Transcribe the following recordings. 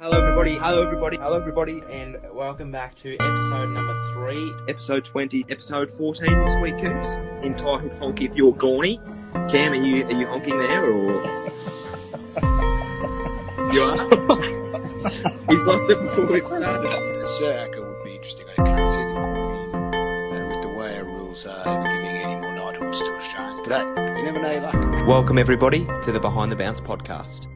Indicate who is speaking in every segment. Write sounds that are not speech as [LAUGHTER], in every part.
Speaker 1: Hello everybody, hello everybody, hello everybody, and welcome back to episode number three. Episode 20, episode 14 this week, Coops, entitled Honk If You're Gawny. Cam, are you, are you honking there, or...? you are? He's lost it before we've started.
Speaker 2: The circa uh, would be interesting. I can't see the Queen uh, with the way her rules are ever giving any more knighthoods to Australians. But hey, you never know your luck.
Speaker 1: Welcome everybody to the Behind the Bounce podcast.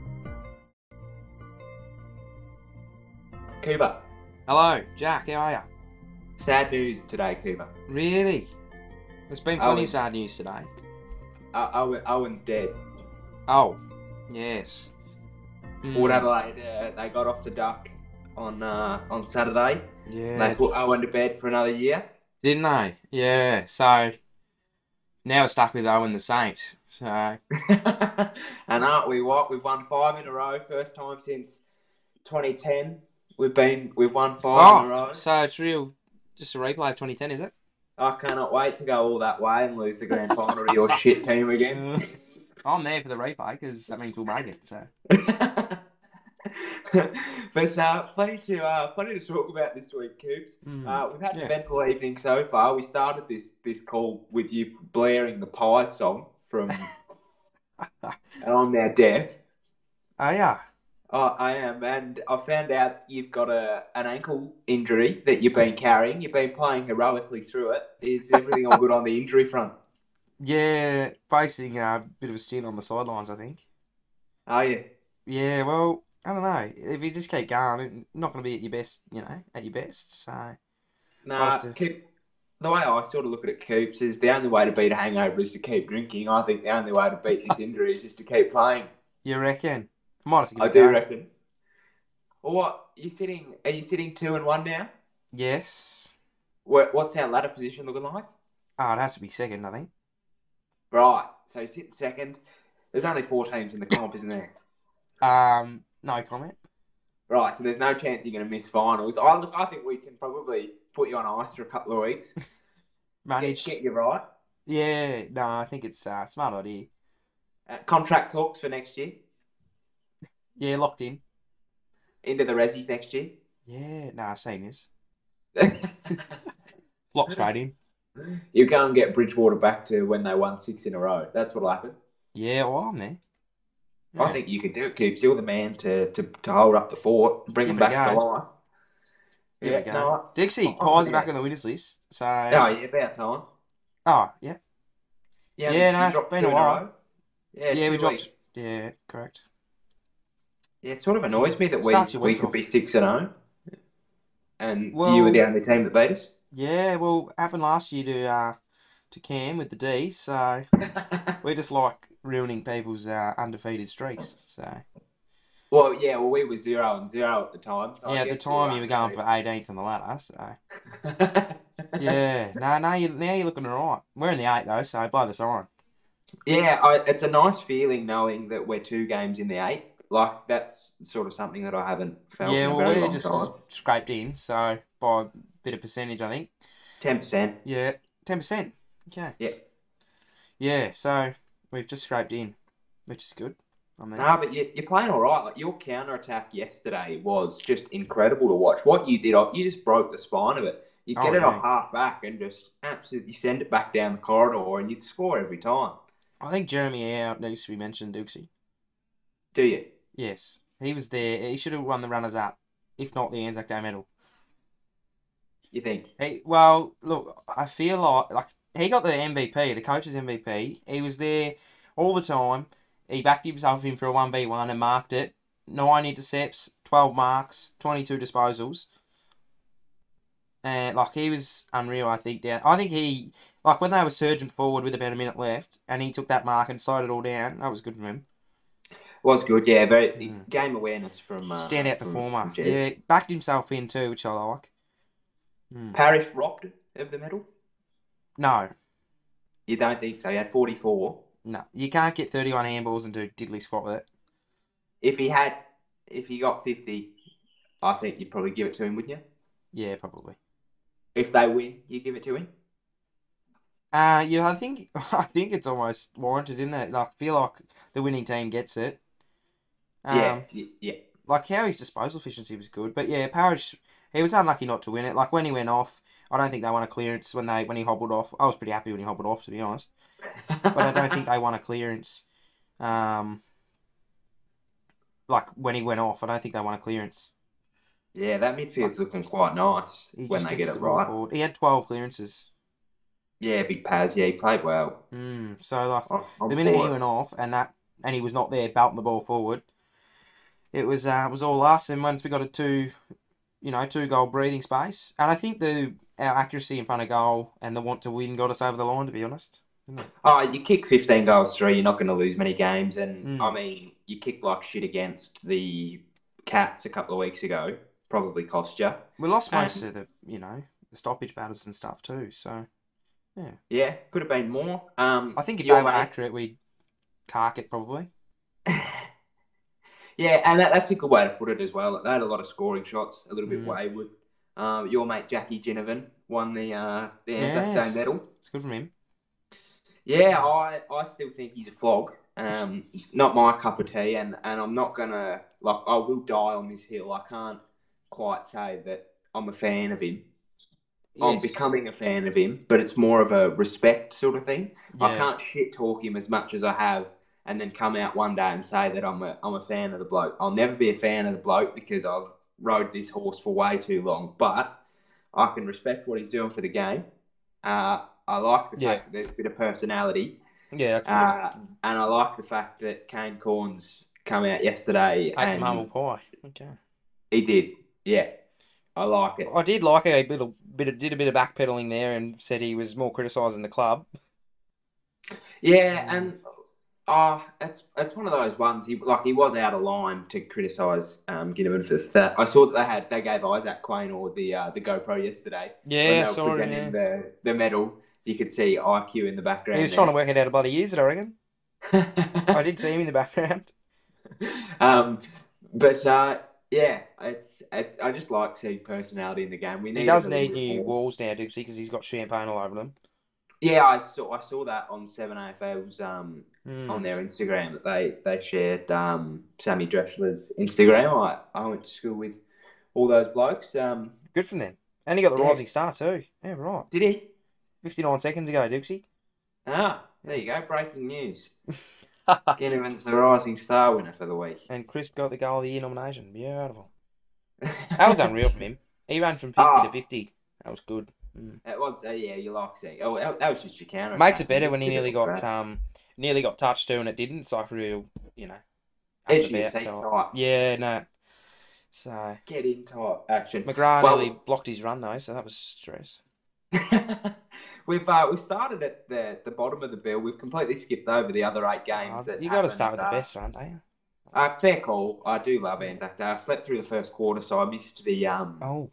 Speaker 3: Cuba,
Speaker 4: Hello, Jack. How are you?
Speaker 3: sad news today, Cuba.
Speaker 4: Really? There's been
Speaker 3: Oh,
Speaker 4: plenty
Speaker 3: we-
Speaker 4: of sad news today.
Speaker 3: Uh, Owen, Owen's dead.
Speaker 4: Oh, yes. Hmm,
Speaker 3: Port Adelaide, uh, they got off the duck on uh, on Saturday. And
Speaker 4: Yeah.
Speaker 3: they put Owen to bed for another year. [LAUGHS]
Speaker 4: Didn't I? Yeah. So now we're stuck with Owen the Saints. So
Speaker 3: and aren't we what? We've won five in a row, first time since 2010. We've been we've won five in a
Speaker 4: oh,
Speaker 3: row.
Speaker 4: so it's real. Just a replay of 2010, is it?
Speaker 3: I cannot wait to go all that way and lose the grand final to
Speaker 4: [LAUGHS]
Speaker 3: your shit team again.
Speaker 4: I'm there for the replay because that means we'll make it. So
Speaker 3: [LAUGHS] but uh, plenty to uh, plenty to talk about this week, Coops.
Speaker 4: Hmm.
Speaker 3: Uh, we've had an
Speaker 4: Yeah.
Speaker 3: eventful evening so far. We started this this call with you blaring the Pie song
Speaker 4: [LAUGHS]
Speaker 3: from, and I'm now deaf.
Speaker 4: oh yeah.
Speaker 3: Oh, I am, and I found out you've got a an ankle injury that you've been carrying. You've been playing heroically through it. Is everything all good on the injury front?
Speaker 4: Yeah, facing a bit of a stint on the sidelines, I think.
Speaker 3: Are you?
Speaker 4: Yeah, well, I don't know. If you just keep going, it's not going to be at your best, you know, at your best. So,
Speaker 3: No,
Speaker 4: After.
Speaker 3: keep, the way I sort of look at it, Coops, is the only way to beat a hangover is to keep drinking. I think the only way to beat this injury is just to keep playing.
Speaker 4: you reckon? Might have to give
Speaker 3: I
Speaker 4: it a
Speaker 3: do
Speaker 4: go.
Speaker 3: reckon. Well, what you sitting? Are you sitting two and one now?
Speaker 4: Yes.
Speaker 3: What, what's our ladder position looking like?
Speaker 4: Oh, it'd have to be second, I think.
Speaker 3: Right, so you sit second. There's only four teams in the comp, isn't there?
Speaker 4: Um, no comment.
Speaker 3: Right, so there's no chance you're going to miss finals. I look, I think we can probably put you on ice for a couple of weeks. Get,
Speaker 4: Managed.
Speaker 3: get you right.
Speaker 4: Yeah, no, I think it's uh, smart idea.
Speaker 3: Uh, contract talks for next year.
Speaker 4: Yeah, locked in.
Speaker 3: Into the resis next year. [LAUGHS]
Speaker 4: Yeah, nah, seniors. Flop straight in.
Speaker 3: you go and get Bridgewater back to when they won six in a row. That's what'll happen.
Speaker 4: Yeah, well, I'm there.
Speaker 3: I
Speaker 4: Yeah.
Speaker 3: think you can do it, Coops. You're the man to, to, to hold up the fort, bring
Speaker 4: Give
Speaker 3: them
Speaker 4: it a
Speaker 3: back to
Speaker 4: go.
Speaker 3: life.
Speaker 4: There we go.
Speaker 3: no, I-
Speaker 4: Dixie,
Speaker 3: Oh,
Speaker 4: Pies
Speaker 3: yeah.
Speaker 4: are back on the winners list. So,
Speaker 3: Oh, yeah, about time.
Speaker 4: oh, yeah. Yeah, no,
Speaker 3: we
Speaker 4: it's
Speaker 3: dropped
Speaker 4: been
Speaker 3: two
Speaker 4: a
Speaker 3: in
Speaker 4: while.
Speaker 3: row. Yeah,
Speaker 4: Yeah, we
Speaker 3: two
Speaker 4: dropped-
Speaker 3: weeks.
Speaker 4: Yeah, correct.
Speaker 3: Yeah, it sort of annoys me that we,
Speaker 4: Starts your
Speaker 3: we
Speaker 4: week
Speaker 3: could
Speaker 4: off.
Speaker 3: be 6 and 0. And you were
Speaker 4: Well-
Speaker 3: the only team that beat us.
Speaker 4: Yeah, well, happened last year to uh, to Cam with the D, so [LAUGHS] we just like ruining people's uh, undefeated streaks. So
Speaker 3: well, yeah, well, we were 0 and 0 at the time. So I
Speaker 4: yeah, at the
Speaker 3: guess we
Speaker 4: time you were going for 18th on the ladder. So yeah, no, no, you, now you're looking alright. We're in the eight though, so by the sign.
Speaker 3: [LAUGHS] yeah, I, it's a nice feeling knowing that we're two games in the eight. Like, that's sort of something that I haven't felt
Speaker 4: yeah,
Speaker 3: in a
Speaker 4: well,
Speaker 3: very
Speaker 4: we're
Speaker 3: long
Speaker 4: just
Speaker 3: time.
Speaker 4: scraped in, so by a bit of percentage, I think.
Speaker 3: 10%.
Speaker 4: Yeah, ten percent. Okay.
Speaker 3: Yeah.
Speaker 4: Yeah, so we've just scraped in, which is good. I'm there.
Speaker 3: No, but you, you're playing all right. Like your counter attack yesterday was just incredible to watch. What you did, oh, you just broke the spine of it. You
Speaker 4: Oh,
Speaker 3: get it
Speaker 4: yeah.
Speaker 3: off half back and just absolutely send it back down the corridor, and you'd score every time.
Speaker 4: I think Jeremy out needs to be mentioned, Dukesy.
Speaker 3: Do you?
Speaker 4: Yes, he was there. He should have won the runners up, if not the Anzac Day medal.
Speaker 3: You think?
Speaker 4: He, well, look, I feel like like he got the MVP, the coach's MVP. He was there all the time. He backed himself in for a one v one and marked it. Nine intercepts, twelve marks, twenty two disposals. And like he was unreal, I think. Down, I think he like when they were surging forward with about a minute left, and he took that mark and slowed it all down. That was good from him.
Speaker 3: Was good, yeah. Very
Speaker 4: Mm.
Speaker 3: game awareness from uh,
Speaker 4: Standout
Speaker 3: from-
Speaker 4: performer.
Speaker 3: from Jez.
Speaker 4: Yeah, backed himself in too, which I like. Hmm.
Speaker 3: Parrish robbed of the medal.
Speaker 4: No,
Speaker 3: You don't think so? He had 44.
Speaker 4: no, you can't get thirty-one handballs and do diddly squat with it.
Speaker 3: If he had, if he got 50, I think you'd probably give it to him, wouldn't you?
Speaker 4: Yeah, probably.
Speaker 3: If they win, you give it to him.
Speaker 4: Uh yeah, I think [LAUGHS] I think it's almost warranted, isn't it? Like, feel like the winning team gets it. Um,
Speaker 3: yeah, y- yeah.
Speaker 4: like how his disposal efficiency was good. But yeah, Parrish he was unlucky not to win it. Like when he went off, I don't think they won a clearance when they when he hobbled off. I was pretty happy when he hobbled off to be honest. But
Speaker 3: [LAUGHS]
Speaker 4: I don't think they won a clearance. Um like when he went off, I don't think they won a clearance.
Speaker 3: yeah, that midfield's looking quite nice
Speaker 4: He
Speaker 3: when
Speaker 4: just
Speaker 3: they
Speaker 4: gets
Speaker 3: get it
Speaker 4: the ball
Speaker 3: right.
Speaker 4: forward. He had twelve clearances.
Speaker 3: Yeah, big Paz. Yeah, he played well.
Speaker 4: Mm, so like
Speaker 3: I'm- I'm
Speaker 4: the minute
Speaker 3: for
Speaker 4: he
Speaker 3: it.
Speaker 4: went off and that and he was not there belting the ball forward, it was uh, it was all us. And once we got a two, you know, two goal breathing space, and I think the our accuracy in front of goal and the want to win got us over the line. To be honest,
Speaker 3: Oh, you kick 15 goals through, you're not going to lose many games. And
Speaker 4: Mm.
Speaker 3: I mean, you kicked like shit against the Cats a couple of weeks ago. Probably cost you.
Speaker 4: we lost
Speaker 3: Um,
Speaker 4: most of the you know the stoppage battles and stuff too. So
Speaker 3: Yeah, could have been more. Um,
Speaker 4: I think if
Speaker 3: your
Speaker 4: they were
Speaker 3: mate-
Speaker 4: accurate, we'd cark it probably.
Speaker 3: yeah, and that, that's a good way to put it as well. They had a lot of scoring shots, a little bit
Speaker 4: Mm.
Speaker 3: wayward. Um, your mate Jackie Ginnivan won the uh, the Anzac
Speaker 4: Yes.
Speaker 3: Day medal.
Speaker 4: It's good from him.
Speaker 3: Yeah, I, I still think he's a flog. Um, not my cup of tea, and, and I'm not gonna like I will die on this hill. I can't quite say that I'm a fan of him. I'm
Speaker 4: Yes.
Speaker 3: becoming a fan of him, but it's more of a respect sort of thing. I
Speaker 4: Yeah.
Speaker 3: can't shit talk him as much as I have, and then come out one day and say that I'm a I'm a fan of the bloke. I'll never be a fan of the bloke because I've rode this horse for way too long. But I can respect what he's doing for the game. Uh, I like the
Speaker 4: Yeah.
Speaker 3: fact that there's a bit of personality,
Speaker 4: Yeah, that's good.
Speaker 3: uh, and I like the fact that Kane Corns come out yesterday
Speaker 4: Ate
Speaker 3: and
Speaker 4: some humble pie. Okay.
Speaker 3: he did. Yeah, I like it.
Speaker 4: I did like a little bit of, did a bit of backpedaling there and said he was more criticising the club.
Speaker 3: Yeah,
Speaker 4: Mm.
Speaker 3: and ah, it's it's one of those ones. He like he was out of line to criticise um, Ginnivan for that. I saw that they had they gave Isaac Quain or the uh, the GoPro yesterday when
Speaker 4: Yeah,
Speaker 3: they were
Speaker 4: sorry.
Speaker 3: presenting the the medal. You could see IQ in the background.
Speaker 4: He was
Speaker 3: there.
Speaker 4: trying to work it out a bloody years, I reckon.
Speaker 3: [LAUGHS]
Speaker 4: I did see him in the background.
Speaker 3: um, but uh, yeah, it's it's. I just like seeing personality in the game. We need
Speaker 4: He
Speaker 3: a
Speaker 4: does
Speaker 3: little
Speaker 4: need
Speaker 3: bit
Speaker 4: new
Speaker 3: more.
Speaker 4: walls now, Dipsy, because he's got champagne all over them.
Speaker 3: Yeah, I saw I saw that on Seven AFL's um,
Speaker 4: Mm.
Speaker 3: on their Instagram that they they shared um, Sammy Dreschler's Instagram. I, I went to school with all those blokes. Um,
Speaker 4: Good from them. And he got the
Speaker 3: Yeah.
Speaker 4: rising star too. Yeah, right.
Speaker 3: did he?
Speaker 4: 59 seconds
Speaker 3: [LAUGHS]
Speaker 4: ago, Dipsy.
Speaker 3: Ah, there you go. Breaking news. Ginnivan's the rising star winner for the week.
Speaker 4: and Crisp got the goal of the year nomination. Beautiful. That was unreal from him. He ran from 50
Speaker 3: Ah.
Speaker 4: to 50. That was good. Mm.
Speaker 3: [LAUGHS] That was, uh, yeah, you like seeing. Oh, that, that was just your counter.
Speaker 4: Makes
Speaker 3: attack.
Speaker 4: it better when he
Speaker 3: Just
Speaker 4: nearly
Speaker 3: difficult,
Speaker 4: got um nearly got touched too, and it didn't. It's like real, you know.
Speaker 3: right?
Speaker 4: out
Speaker 3: Edge of
Speaker 4: and
Speaker 3: your
Speaker 4: about
Speaker 3: seat
Speaker 4: type.
Speaker 3: type.
Speaker 4: Yeah, no. So
Speaker 3: Get in type action.
Speaker 4: McGrath
Speaker 3: Well-
Speaker 4: nearly blocked his run though, so that was stress.
Speaker 3: [LAUGHS] we've uh, we started at the the bottom of the bill. We've completely skipped over the other eight games.
Speaker 4: Uh,
Speaker 3: that
Speaker 4: you got to
Speaker 3: happened,
Speaker 4: start with the
Speaker 3: uh,
Speaker 4: best, aren't you?
Speaker 3: Uh, fair call. I do love Anzac Day. I slept through the first quarter, so I missed the um,
Speaker 4: Oh,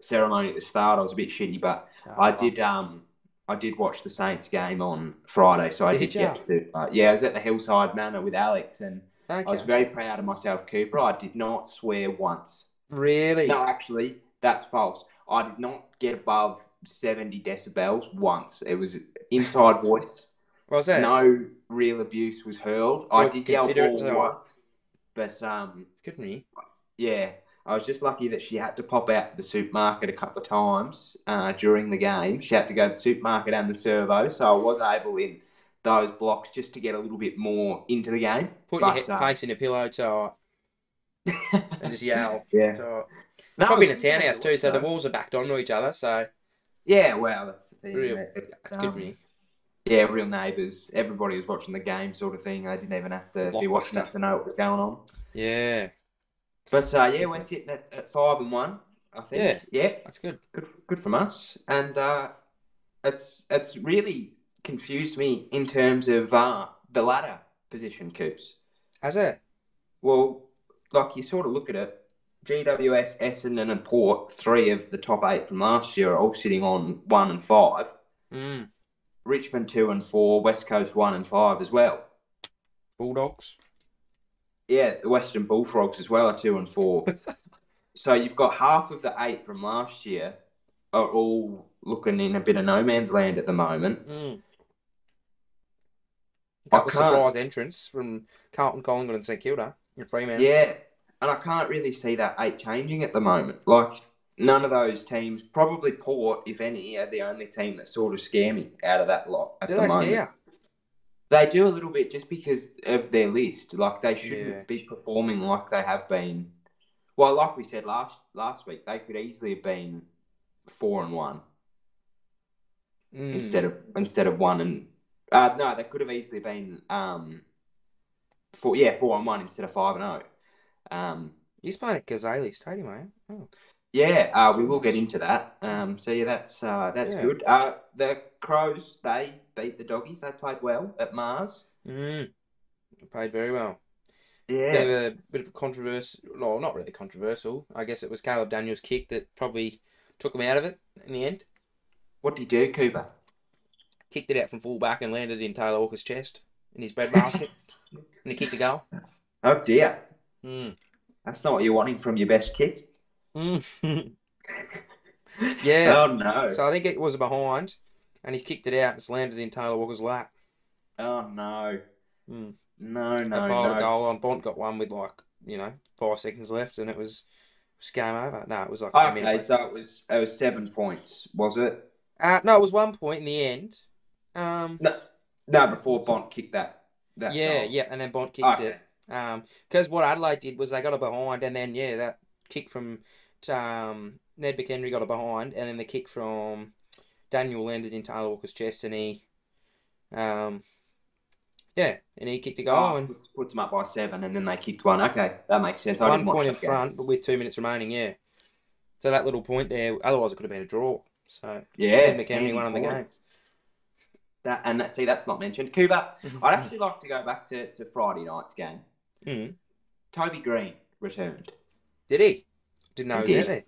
Speaker 3: ceremony at the start. I was a bit shitty, but
Speaker 4: no,
Speaker 3: I
Speaker 4: well,
Speaker 3: did. Um, I did watch the Saints game on Friday, so I
Speaker 4: Did
Speaker 3: did, get to. Uh, yeah, I was at the Hillside Manor with Alex, and I was
Speaker 4: Okay.
Speaker 3: very proud of myself, Cooper. I did not swear once.
Speaker 4: Really?
Speaker 3: No, actually, that's false. I did not get above seventy decibels once. It was
Speaker 4: [LAUGHS]
Speaker 3: inside voice.
Speaker 4: What was that?
Speaker 3: No real abuse was hurled. I
Speaker 4: Well,
Speaker 3: did yell
Speaker 4: consider
Speaker 3: ball
Speaker 4: it to-
Speaker 3: once, but um,
Speaker 4: It's good for me.
Speaker 3: yeah, I was just lucky that she had to pop out to the supermarket a couple of times uh, during the game. She had to go to the supermarket and the servo, so I was able in those blocks just to get a little bit more into the game.
Speaker 4: Put
Speaker 3: But,
Speaker 4: your he-
Speaker 3: uh,
Speaker 4: face in a pillow tight and just yell.
Speaker 3: [LAUGHS] yeah,
Speaker 4: tight.
Speaker 3: No,
Speaker 4: Probably in
Speaker 3: it
Speaker 4: a
Speaker 3: was-
Speaker 4: townhouse too, so the
Speaker 3: no.
Speaker 4: walls are backed onto each other, so
Speaker 3: Yeah, well, that's the thing.
Speaker 4: Real-
Speaker 3: It- it-
Speaker 4: that's good for
Speaker 3: um,
Speaker 4: me.
Speaker 3: Yeah, real neighbours. Everybody was watching the game, sort of thing. They didn't even have to
Speaker 4: It's a
Speaker 3: be watching
Speaker 4: blockbuster.
Speaker 3: up to know what was going on.
Speaker 4: Yeah,
Speaker 3: But uh, yeah,
Speaker 4: Super.
Speaker 3: we're sitting at, at five and one. I think. Yeah. Yeah.
Speaker 4: that's good.
Speaker 3: Good. Good from us. And uh, it's it's really confused me in terms of uh, the ladder position, Coops.
Speaker 4: Has it?
Speaker 3: Well, like you sort of look at it, GWS, Essendon, and Port, three of the top eight from last year, are all sitting on one and five.
Speaker 4: Mm.
Speaker 3: Richmond two and four, West Coast one and five as well.
Speaker 4: Bulldogs.
Speaker 3: Yeah, the Western Bullfrogs as well are two and four. so you've got half of the eight from last year are all looking in a bit of no man's land at the moment.
Speaker 4: Mm.
Speaker 3: I
Speaker 4: Couple of
Speaker 3: can't-
Speaker 4: surprise entrance from Carlton, Collingwood, and St Kilda in Fremantle.
Speaker 3: Yeah, and I can't really see that eight changing at the moment. Like none of those teams, probably Port, if any, are the only team that sort of scare me out of that lot at
Speaker 4: Do
Speaker 3: the
Speaker 4: they
Speaker 3: moment.
Speaker 4: scare?
Speaker 3: They do a little bit just because of their list. Like they shouldn't
Speaker 4: Yeah.
Speaker 3: be performing like they have been. Well, like we said last last week, they could easily have been four and one
Speaker 4: you? Mm.
Speaker 3: instead of instead of one and uh, no, they could have easily been um four yeah four and one instead of five and zero. Um,
Speaker 4: He's playing at Gazali Stadium, man. Oh.
Speaker 3: yeah, uh, we will get into that. Um, so yeah, that's uh, that's
Speaker 4: Yeah.
Speaker 3: good. Uh, the Crows they beat the Doggies. They played well at Mars.
Speaker 4: Mm. Played very well. They
Speaker 3: Yeah,
Speaker 4: were a bit of a controversial, no, not really controversial. I guess it was Caleb Daniels' kick that probably took him out of it in the end.
Speaker 3: what did you do, Cooper?
Speaker 4: Kicked it out from full back and landed in Taylor Walker's chest in his
Speaker 3: [LAUGHS]
Speaker 4: bread basket, and he kicked a goal.
Speaker 3: Oh dear, [LAUGHS]
Speaker 4: Mm.
Speaker 3: that's not what you're wanting from your best kick.
Speaker 4: Mm. yeah.
Speaker 3: Oh no.
Speaker 4: So I think it was behind, and he's kicked it out. and It's landed in Taylor Walker's lap.
Speaker 3: oh no.
Speaker 4: Mm.
Speaker 3: No
Speaker 4: They
Speaker 3: no
Speaker 4: piled
Speaker 3: no.
Speaker 4: a goal on. Bont got one with like you know five seconds left, and it was, it was game over. No, it was like a
Speaker 3: Oh, Ah,
Speaker 4: minute
Speaker 3: Okay,
Speaker 4: left.
Speaker 3: so it was it was seven points, was it?
Speaker 4: Uh, no, it was one point in the end. Um,
Speaker 3: No, no. Before Bond kicked that. that
Speaker 4: yeah,
Speaker 3: goal.
Speaker 4: yeah, and then Bont kicked
Speaker 3: Okay.
Speaker 4: it. Um, because what Adelaide did was they got it behind, and then yeah, that kick from um Ned McHenry got it behind, and then the kick from Daniel landed in Taylor Walker's chest, and he, um, yeah, and he kicked a goal,
Speaker 3: Oh,
Speaker 4: and
Speaker 3: puts, puts them up by seven, and then they kicked one. Okay, that makes sense. I
Speaker 4: one
Speaker 3: didn't watch
Speaker 4: point in
Speaker 3: that game.
Speaker 4: front, but with two minutes remaining, yeah. So that little point there, otherwise it could have been a draw. So
Speaker 3: Yeah,
Speaker 4: Ned McHenry won the
Speaker 3: handy
Speaker 4: game.
Speaker 3: point. That, and that, see, that's not mentioned. Cuba, I'd actually like to go back to, to Friday night's game.
Speaker 4: Mhm.
Speaker 3: Toby Green returned,
Speaker 4: Did he? Didn't know
Speaker 3: He
Speaker 4: he was out
Speaker 3: did.
Speaker 4: there.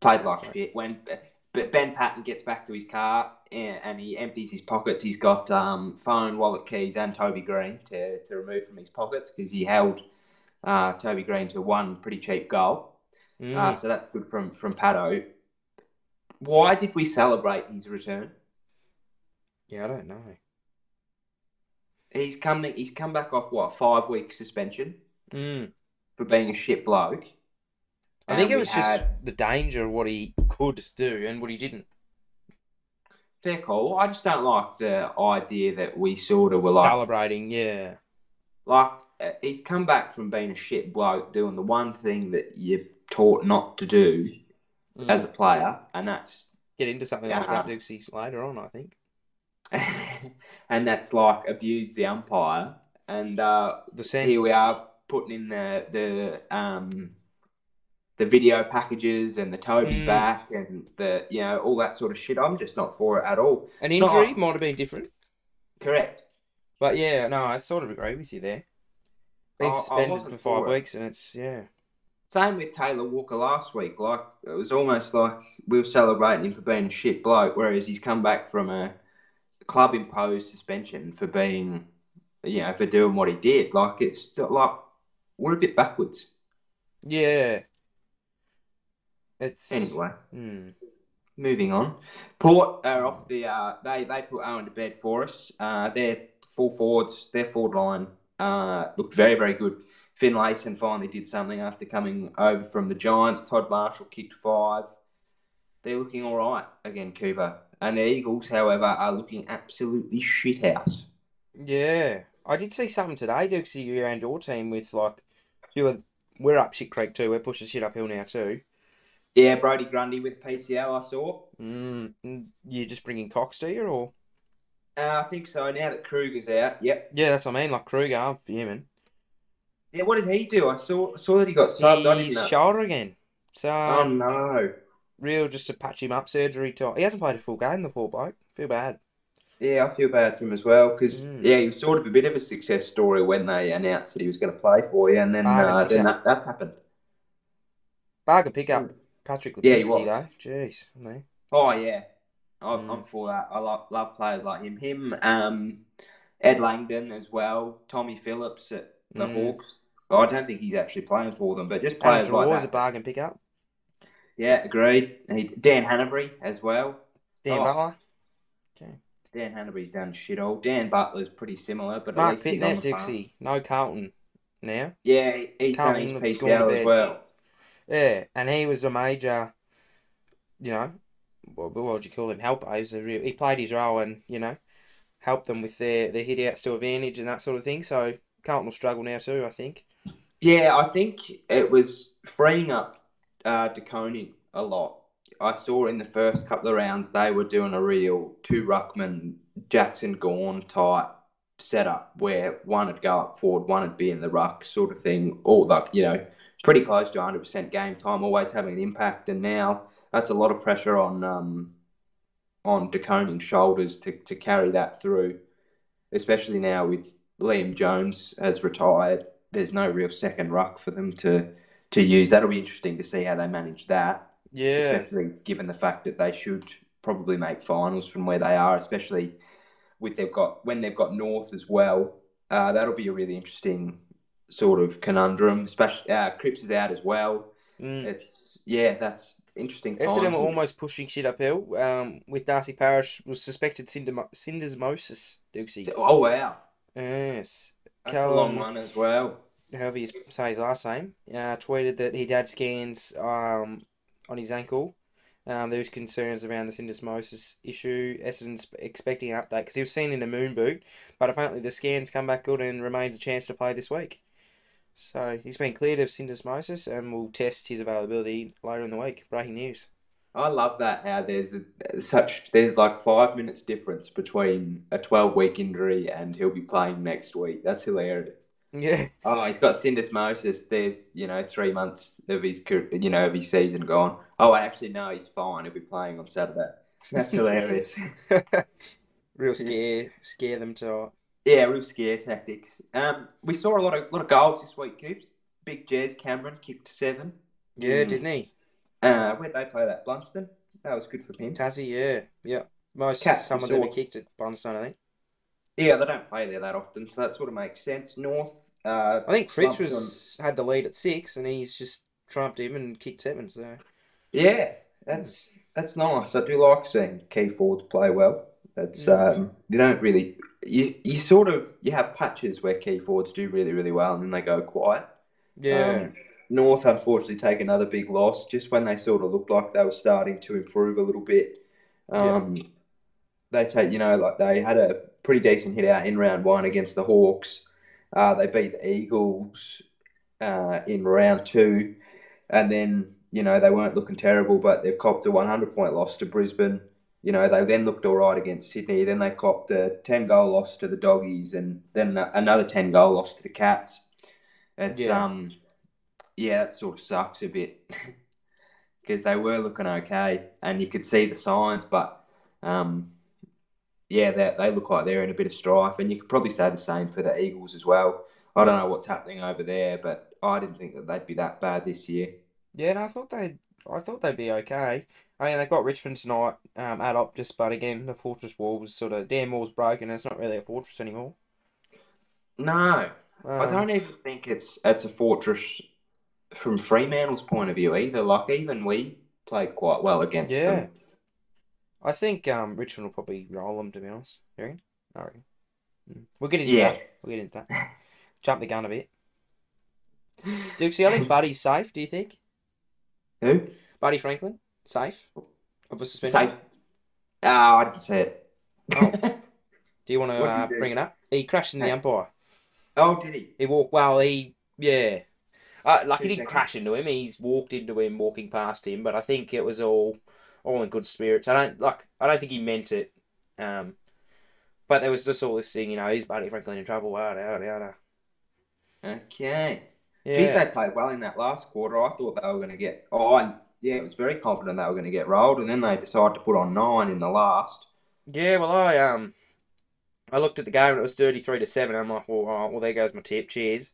Speaker 3: played like shit. When uh, but Ben Patton gets back to his car and, and he empties his pockets, he's got um, phone, wallet, keys, and Toby Green to, to remove from his pockets because he held uh, Toby Green to one pretty cheap goal.
Speaker 4: Mm.
Speaker 3: Uh, so that's good from from Pato. Why did we celebrate his return?
Speaker 4: yeah, I don't know.
Speaker 3: He's come he's come back off what five week suspension
Speaker 4: Mm.
Speaker 3: for being a shit bloke.
Speaker 4: I
Speaker 3: And
Speaker 4: think it
Speaker 3: we
Speaker 4: was just the danger of what he could do and what he didn't.
Speaker 3: fair call. I just don't like the idea that we sort of were like
Speaker 4: Celebrating, yeah.
Speaker 3: like uh, he's come back from being a shit bloke doing the one thing that you're taught not to do as a player, and that's [LAUGHS]
Speaker 4: Get into something like
Speaker 3: Yeah.
Speaker 4: that, Dukesies, later on, I think.
Speaker 3: and that's like abuse the umpire. And uh,
Speaker 4: The
Speaker 3: here
Speaker 4: same.
Speaker 3: we are putting in the the um the video packages and the Toby's
Speaker 4: Mm.
Speaker 3: back and the you know all that sort of shit. I'm just not for it at all.
Speaker 4: An
Speaker 3: it's not
Speaker 4: injury
Speaker 3: like-
Speaker 4: might have been different.
Speaker 3: Correct.
Speaker 4: But yeah, no, I sort of agree with you there.
Speaker 3: I-
Speaker 4: Been
Speaker 3: I
Speaker 4: suspended
Speaker 3: wasn't
Speaker 4: for
Speaker 3: for
Speaker 4: five
Speaker 3: it.
Speaker 4: weeks and it's, yeah.
Speaker 3: Same with Taylor Walker last week. Like it was almost like we were celebrating him for being a shit bloke, whereas he's come back from a club imposed suspension for being, you know, for doing what he did. Like it's still, like we're a bit backwards.
Speaker 4: Yeah. It's.
Speaker 3: Anyway,
Speaker 4: Hmm.
Speaker 3: moving on. Port are off the. Uh, they they put Owen to bed for us. Uh, their full forwards, their forward line uh, looked very very good. Finlayson finally did something after coming over from the Giants. Todd Marshall kicked five. They're looking all right again, Cooper. And the Eagles, however, are looking absolutely shithouse.
Speaker 4: Yeah. I did see something today, Dukesy, around your team with like, you were, we're up shit creek too. We're pushing shit uphill now too.
Speaker 3: Yeah, Brody Grundy with PCL, I saw.
Speaker 4: Mm. You just bringing Cox, do you? Or.
Speaker 3: Uh, I think so. Now that Kruger's out, yep.
Speaker 4: Yeah, that's what I mean. Like Kruger, I'm fuming.
Speaker 3: Yeah, what did he do? I saw saw that he got subbed. I didn't
Speaker 4: his
Speaker 3: know.
Speaker 4: shoulder again. So
Speaker 3: oh no.
Speaker 4: real just to patch him up surgery time. He hasn't played a full game, the poor bloke. Feel bad.
Speaker 3: Yeah, I feel bad for him as well because
Speaker 4: Mm.
Speaker 3: yeah, he was sort of a bit of a success story when they announced that he was going to play for you, and then
Speaker 4: Ah,
Speaker 3: uh,
Speaker 4: yeah.
Speaker 3: then that, that's happened.
Speaker 4: Bargain pick up Patrick
Speaker 3: Mm. Yeah, he
Speaker 4: Lipinski
Speaker 3: was.
Speaker 4: though. Jeez, man.
Speaker 3: Oh yeah, I'm,
Speaker 4: Mm.
Speaker 3: I'm for that. I love, love players like him. Him, um, Ed Langdon as well. Tommy Phillips at the
Speaker 4: Mm.
Speaker 3: Hawks. Oh, I don't think he's actually playing for them, but just
Speaker 4: And
Speaker 3: players
Speaker 4: Draw
Speaker 3: like
Speaker 4: was a
Speaker 3: that.
Speaker 4: bargain pick up.
Speaker 3: Yeah, agreed. He, Dan Hanbury as well.
Speaker 4: Dan
Speaker 3: Oh,
Speaker 4: Butler.
Speaker 3: Dan Hanbury's done shit all. Dan Butler's pretty similar, but at
Speaker 4: Mark
Speaker 3: least he's on
Speaker 4: Pitnet,
Speaker 3: the farm.
Speaker 4: Dixie. No Carlton. now.
Speaker 3: Yeah, he's
Speaker 4: Can't
Speaker 3: done his
Speaker 4: have
Speaker 3: piece
Speaker 4: gone to
Speaker 3: out as
Speaker 4: bed.
Speaker 3: well.
Speaker 4: Yeah, and he was a major, you know, what, what would you call him? Helper. He, was a real, he played his role and, you know, helped them with their, their hit outs to advantage and that sort of thing. So Carlton will struggle now too, I think.
Speaker 3: Yeah, I think it was freeing up uh, De Koning a lot. I saw in the first couple of rounds they were doing a real two ruckman Jackson Gorn type setup where one would go up forward, one would be in the ruck sort of thing. All like you know, pretty close to 100% game time, always having an impact. And now that's a lot of pressure on um, on De Koning's shoulders to to carry that through, especially now with Liam Jones has retired there's no real second ruck for them to to use. That'll be interesting to see how they manage that,
Speaker 4: Yeah.
Speaker 3: especially given the fact that they should probably make finals from where they are, especially with they've got when they've got North as well. Uh, that'll be a really interesting sort of conundrum. Especially uh, Cripps is out as well.
Speaker 4: Mm.
Speaker 3: It's yeah, that's interesting.
Speaker 4: Essendon
Speaker 3: times.
Speaker 4: were almost pushing shit uphill. Um, with Darcy Parish was suspected syndemo- syndesmosis, Dukesy.
Speaker 3: oh wow,
Speaker 4: Yes.
Speaker 3: that's a long
Speaker 4: Callum-
Speaker 3: one as well.
Speaker 4: however you say his last name, uh, tweeted that he'd had scans um, on his ankle. Um, there was concerns around the syndesmosis issue. Essendon's expecting an update because he was seen in a moon boot, but apparently the scans come back good and remains a chance to play this week. So he's been cleared of syndesmosis and will test his availability later in the week. Breaking news.
Speaker 3: I love that how there's a, such there's like five minutes difference between a twelve week injury and he'll be playing next week. That's hilarious.
Speaker 4: Yeah,
Speaker 3: Oh, he's got syndesmosis. There's you know three months of his car- you know of his season gone. Oh, actually no, he's fine. He'll be playing on Saturday. That's hilarious.
Speaker 4: [LAUGHS] real scare scare them to
Speaker 3: yeah, real scare tactics. Um, we saw a lot of lot of goals this week. Coops, big Jez Cameron kicked seven.
Speaker 4: yeah,
Speaker 3: Mm.
Speaker 4: didn't he?
Speaker 3: Uh, where'd they play that? Blunston. That was good for him.
Speaker 4: Tassie, yeah, yeah. Most
Speaker 3: Cat-
Speaker 4: someone's
Speaker 3: saw-
Speaker 4: ever kicked at Blundstone, I think.
Speaker 3: Yeah, they don't play there that often, so that sort of makes sense. North, uh,
Speaker 4: I think Fritz
Speaker 3: Lumped
Speaker 4: was had the lead at six, and he's just trumped him and kicked seven. So
Speaker 3: Um, yeah, that's that's nice. I do like seeing key forwards play well. That's um, you don't really you you sort of you have patches where key forwards do really really well and then they go quiet. Um, North unfortunately take another big loss just when they sort of looked like they were starting to improve a little bit. Um, They take, you know, like they had a pretty decent hit out in round one against the Hawks. Uh, they beat the Eagles uh, in round two, and then you know they weren't looking terrible, but they've copped a 100 point loss to Brisbane. You know they then looked all right against Sydney. Then they copped a 10 goal loss to the Doggies, and then another 10 goal loss to the Cats. It's
Speaker 4: Yeah.
Speaker 3: um yeah, that sort of sucks a bit [LAUGHS] because they were looking okay, and you could see the signs, but um, yeah, they, they look like they're in a bit of strife, and you could probably say the same for the Eagles as well. I don't know what's happening over there, but I didn't think that they'd be that bad this year.
Speaker 4: yeah. And I thought they, I thought they'd be okay. I mean, they've got Richmond tonight um, at Optus, but again, the fortress wall was sort of damn wall's broken. It's not really a fortress anymore.
Speaker 3: No,
Speaker 4: Um,
Speaker 3: I don't even think it's it's a fortress from Fremantle's point of view either. Like even we played quite well against
Speaker 4: Yeah.
Speaker 3: them.
Speaker 4: I think um, Richmond will probably roll them. To be honest, you reckon? I reckon. Mm. We'll get into
Speaker 3: Yeah.
Speaker 4: that. We'll get into
Speaker 3: [LAUGHS]
Speaker 4: that. Jump the gun a bit. Dukesy, I think Buddy's safe. Do you think
Speaker 3: Who
Speaker 4: Buddy Franklin safe of a suspension?
Speaker 3: safe? Ah, I didn't say it.
Speaker 4: Do you want to
Speaker 3: What did he
Speaker 4: uh,
Speaker 3: do?
Speaker 4: bring it up? He crashed in the
Speaker 3: Hey.
Speaker 4: umpire.
Speaker 3: oh, did he?
Speaker 4: He walked. Well, he yeah. Uh, like he
Speaker 3: Two
Speaker 4: didn't
Speaker 3: seconds.
Speaker 4: crash into him. He's walked into him, walking past him. But I think it was all all in good spirits. I don't like. I don't think he meant it. Um, but there was just all this thing, you know. He's Buddy Franklin in trouble. Yada yada yada.
Speaker 3: Okay. Geez,
Speaker 4: Yeah.
Speaker 3: they played well in that last quarter. I thought they were going to get. Oh, I, yeah, I was very confident they were going to get rolled, and then they decided to put on nine in the last. [LAUGHS]
Speaker 4: Yeah. Well, I um, I looked at the game and it was thirty three to seven. I'm like, well, all right, well, there goes my tip. Cheers.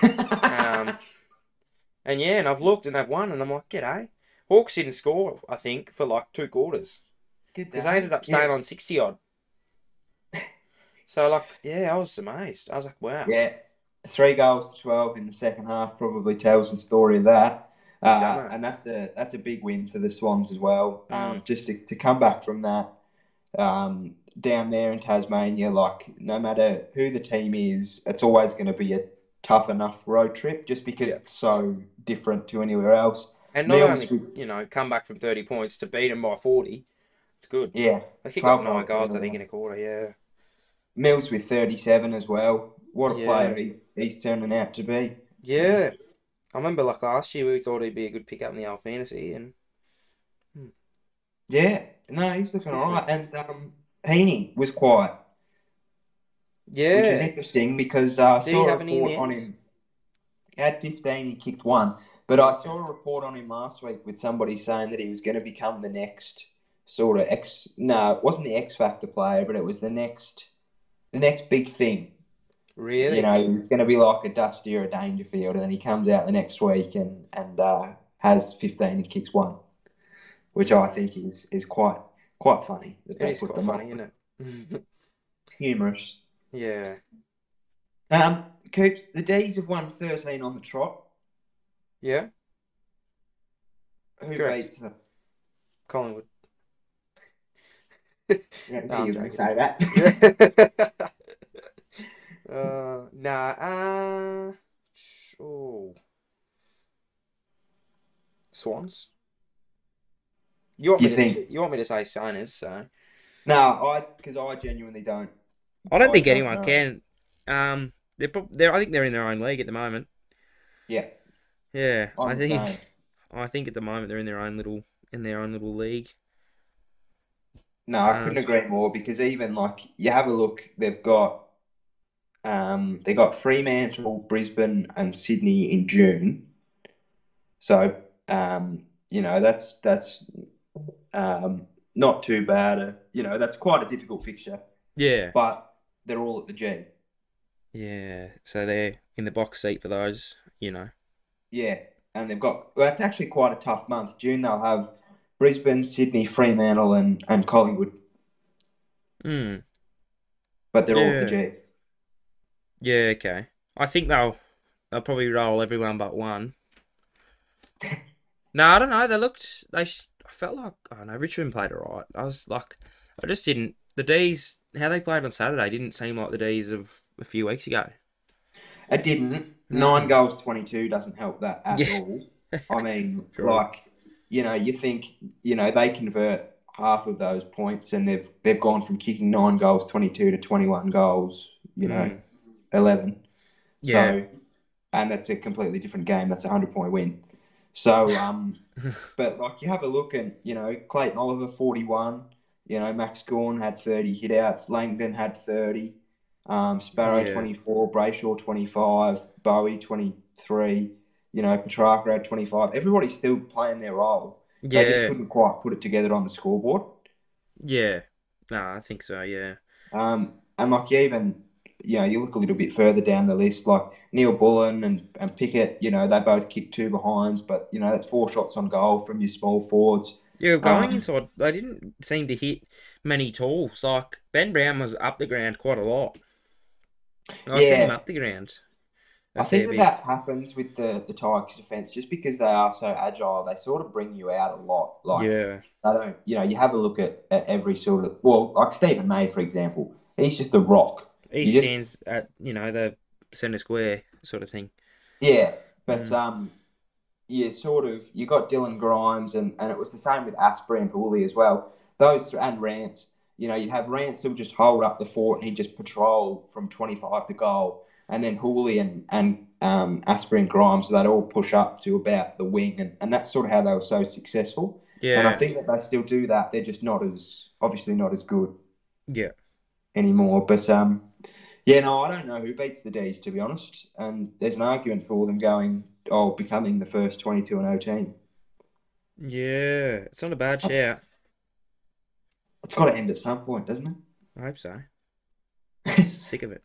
Speaker 4: Um, and yeah, and I've looked and they've won, and I'm like, g'day. Hawks didn't score, I think, for like two quarters. because they ended up staying on sixty odd. So like, yeah, I was amazed. I was like, wow.
Speaker 3: Yeah. Three goals to twelve in the second half probably tells the story of that, uh,
Speaker 4: Dunno.
Speaker 3: and that's a that's a big win for the Swans as well. Um,
Speaker 4: Mm.
Speaker 3: just to, to come back from that um, down there in Tasmania, like no matter who the team is, it's always going to be a tough enough road trip just because
Speaker 1: Yeah.
Speaker 3: it's so different to anywhere else.
Speaker 4: And not
Speaker 3: Mills
Speaker 4: only,
Speaker 3: with-
Speaker 4: you know, come back from 30 points to beat them by 40. It's good.
Speaker 3: Yeah.
Speaker 4: They kicked off
Speaker 3: 12
Speaker 4: nine
Speaker 3: goals,
Speaker 4: goals, I
Speaker 3: yeah.
Speaker 4: think, in a quarter, yeah.
Speaker 3: Mills with 37 as well. What a
Speaker 4: Yeah.
Speaker 3: player he, he's turning out to be.
Speaker 4: Yeah. I remember, like, last year we thought he'd be a good pickup in the old fantasy, and
Speaker 3: Yeah. No, he's looking
Speaker 4: Good
Speaker 3: all right. And um, Heaney was quiet, which is
Speaker 4: yeah.
Speaker 3: interesting because uh, I
Speaker 4: Did he
Speaker 3: saw a
Speaker 4: have any in
Speaker 3: report
Speaker 4: the
Speaker 3: on
Speaker 4: end?
Speaker 3: him. He had 15, he kicked one. But I saw a report on him last week with somebody saying that he was going to become the next sort of X. No, it wasn't the X Factor player, but it was the next, the next big thing.
Speaker 4: Really?
Speaker 3: You know, he's going to be like a Dusty or a Dangerfield, and then he comes out the next week and and uh, has 15 and kicks one, which I think is is quite quite funny. That
Speaker 4: it
Speaker 3: they
Speaker 4: is
Speaker 3: put
Speaker 4: quite
Speaker 3: them
Speaker 4: funny,
Speaker 3: up.
Speaker 4: isn't it? [LAUGHS]
Speaker 3: Humorous.
Speaker 4: yeah.
Speaker 3: Um, Coops, the D's have won 13 on the trot.
Speaker 4: Yeah.
Speaker 3: Who
Speaker 4: Correct.
Speaker 3: beats them?
Speaker 4: Collingwood.
Speaker 3: Yeah,
Speaker 4: No, I'm
Speaker 3: you wouldn't
Speaker 4: joking.
Speaker 3: say
Speaker 4: [LAUGHS]
Speaker 3: that. [LAUGHS]
Speaker 4: uh, nah. Uh, oh. Swans. You want
Speaker 3: You
Speaker 4: me
Speaker 3: think?
Speaker 4: to? You want me to say Signers? So
Speaker 3: no, I because I genuinely don't.
Speaker 4: I
Speaker 3: don't think anyone
Speaker 4: can. Um, they're, prob- they're I think they're in their own league at the moment.
Speaker 3: Yeah,
Speaker 4: Yeah,
Speaker 3: I'm
Speaker 4: I think
Speaker 3: saying.
Speaker 4: I think at the moment they're in their own little in their own little league.
Speaker 3: No, I
Speaker 4: Um,
Speaker 3: couldn't agree more because even like you have a look, they've got um they got Fremantle, Brisbane and Sydney in June. So um, you know, that's that's um not too bad. Uh, you know, that's quite a difficult fixture,
Speaker 4: Yeah,
Speaker 3: but they're all at the G.
Speaker 4: yeah. So they're in the box seat for those. You know.
Speaker 3: Yeah, and they've got well, that's actually quite a tough month. June they'll have Brisbane, Sydney, Fremantle and and Collingwood,
Speaker 4: Hmm.
Speaker 3: but they're all at the
Speaker 4: Yeah.
Speaker 3: G.
Speaker 4: Yeah, okay. I think they'll they'll probably roll everyone
Speaker 3: [LAUGHS]
Speaker 4: but one. no, I don't know. They looked. They. Sh- I felt like I don't know. Richmond played alright. I was like, I just didn't. The D's how they played on Saturday didn't seem like the D's of a few weeks ago.
Speaker 3: It didn't. Nine goals, 22 doesn't help that at
Speaker 4: Yeah.
Speaker 3: all.
Speaker 4: [LAUGHS]
Speaker 3: I mean,
Speaker 4: Sure.
Speaker 3: like, you know, you think, you know, they convert half of those points and they've they've gone from kicking nine goals, 22 to 21 goals, you know,
Speaker 4: Mm.
Speaker 3: 11. So, and that's a completely different game. That's a 100 point win. So, um, but like you have a look and, you know, Clayton Oliver, 41. You know, Max Gorn had 30 hit outs. Langdon had 30. Um, Sparrow,
Speaker 4: Yeah.
Speaker 3: 24. Brayshaw, 25. Bowie, 23. You know, Petrarca had 25. Everybody's still playing their role. They just
Speaker 4: yeah,
Speaker 3: couldn't quite put it together on the scoreboard.
Speaker 4: yeah. No, I think so. Yeah,
Speaker 3: Um, and like you even, you know, you look a little bit further down the list, like Neil Bullen and, and Pickett, you know, they both kicked two behinds, but, you know, that's four shots on goal from your small forwards.
Speaker 4: yeah. Going
Speaker 3: Um,
Speaker 4: inside, they didn't seem to hit many tools. Like Ben Brown was up the ground quite a lot. I seen
Speaker 3: Yeah.
Speaker 4: him up the ground. a
Speaker 3: I think
Speaker 4: fair
Speaker 3: that
Speaker 4: bit.
Speaker 3: that happens with the, the Tigers defence just because they are so agile, they sort of bring you out a lot. Like,
Speaker 4: yeah.
Speaker 3: they don't, you know, you have a look at, at every sort of, well, like Stephen May, for example, he's just a rock.
Speaker 4: He
Speaker 3: You just-
Speaker 4: stands at you know the centre square sort of thing.
Speaker 3: Yeah, but
Speaker 4: Mm.
Speaker 3: um, yeah, sort of. You got Dylan Grimes, and, and it was the same with Asprey and Hooley as well. Those th- and Rance. You know, you'd have Rance who would just hold up the fort, and he'd just patrol from twenty five to goal, and then Hooley and and um, Asprey and Grimes, they'd all push up to about the wing, and, and that's sort of how they were so successful.
Speaker 4: Yeah,
Speaker 3: And I think that they still do that. They're just not as obviously not as good
Speaker 4: yeah,
Speaker 3: anymore. But um, yeah, no, I don't know who beats the D's to be honest. And there's an argument for them going, oh, becoming the first 22 and 0 team.
Speaker 4: yeah. It's not a
Speaker 3: Oh.
Speaker 4: bad shout.
Speaker 3: It's got to end at some point, doesn't
Speaker 4: I hope so.
Speaker 3: it? [LAUGHS]
Speaker 4: Sick of it.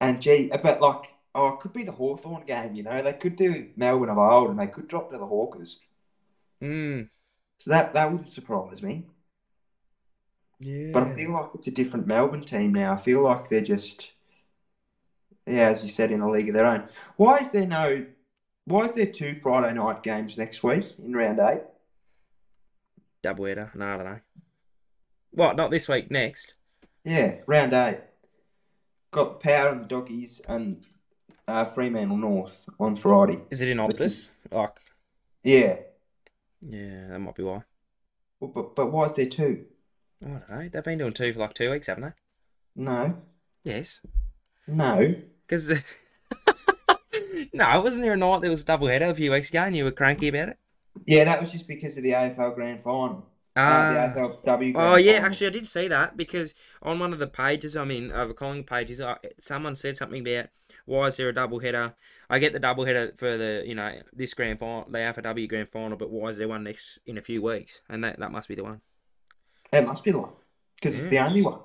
Speaker 3: and gee, but like, oh, it could be the Hawthorn game. You know, they could do Melbourne of old, and they could drop to the Hawkers.
Speaker 4: Mm,
Speaker 3: So that that wouldn't surprise me.
Speaker 4: yeah.
Speaker 3: But I feel like it's a different Melbourne team now. I feel like they're just, yeah, as you said, in a league of their own. Why is there no? Why is there two Friday night games next week in round eight?
Speaker 4: Dub weirder. No, I don't know. What? Not this week. Next.
Speaker 3: Yeah, round eight. Got the power and the doggies and uh, Fremantle North on Friday.
Speaker 4: Is it in Optus? Like,
Speaker 3: Yeah,
Speaker 4: yeah, that might be why.
Speaker 3: but but, but why is there two?
Speaker 4: I don't know. They've been doing two for like two weeks, haven't
Speaker 3: No,
Speaker 4: they? Yes.
Speaker 3: no.
Speaker 4: Because. [LAUGHS] no, wasn't there a night there was a double header a few weeks ago and you were cranky about it?
Speaker 3: Yeah, that was just because of the AFL Grand Final.
Speaker 4: Ah.
Speaker 3: Uh, the AFLW. Grand
Speaker 4: Oh yeah,
Speaker 3: Final.
Speaker 4: actually I did see that because on one of the pages I'm in, over Collingwood pages, I, someone said something about why is there a double header? I get the double header for the you know this grand final, the AFLW grand final, but why is there one next in a few weeks? And that, that must be the one.
Speaker 3: It must be the one because it's
Speaker 4: Mm.
Speaker 3: the only one.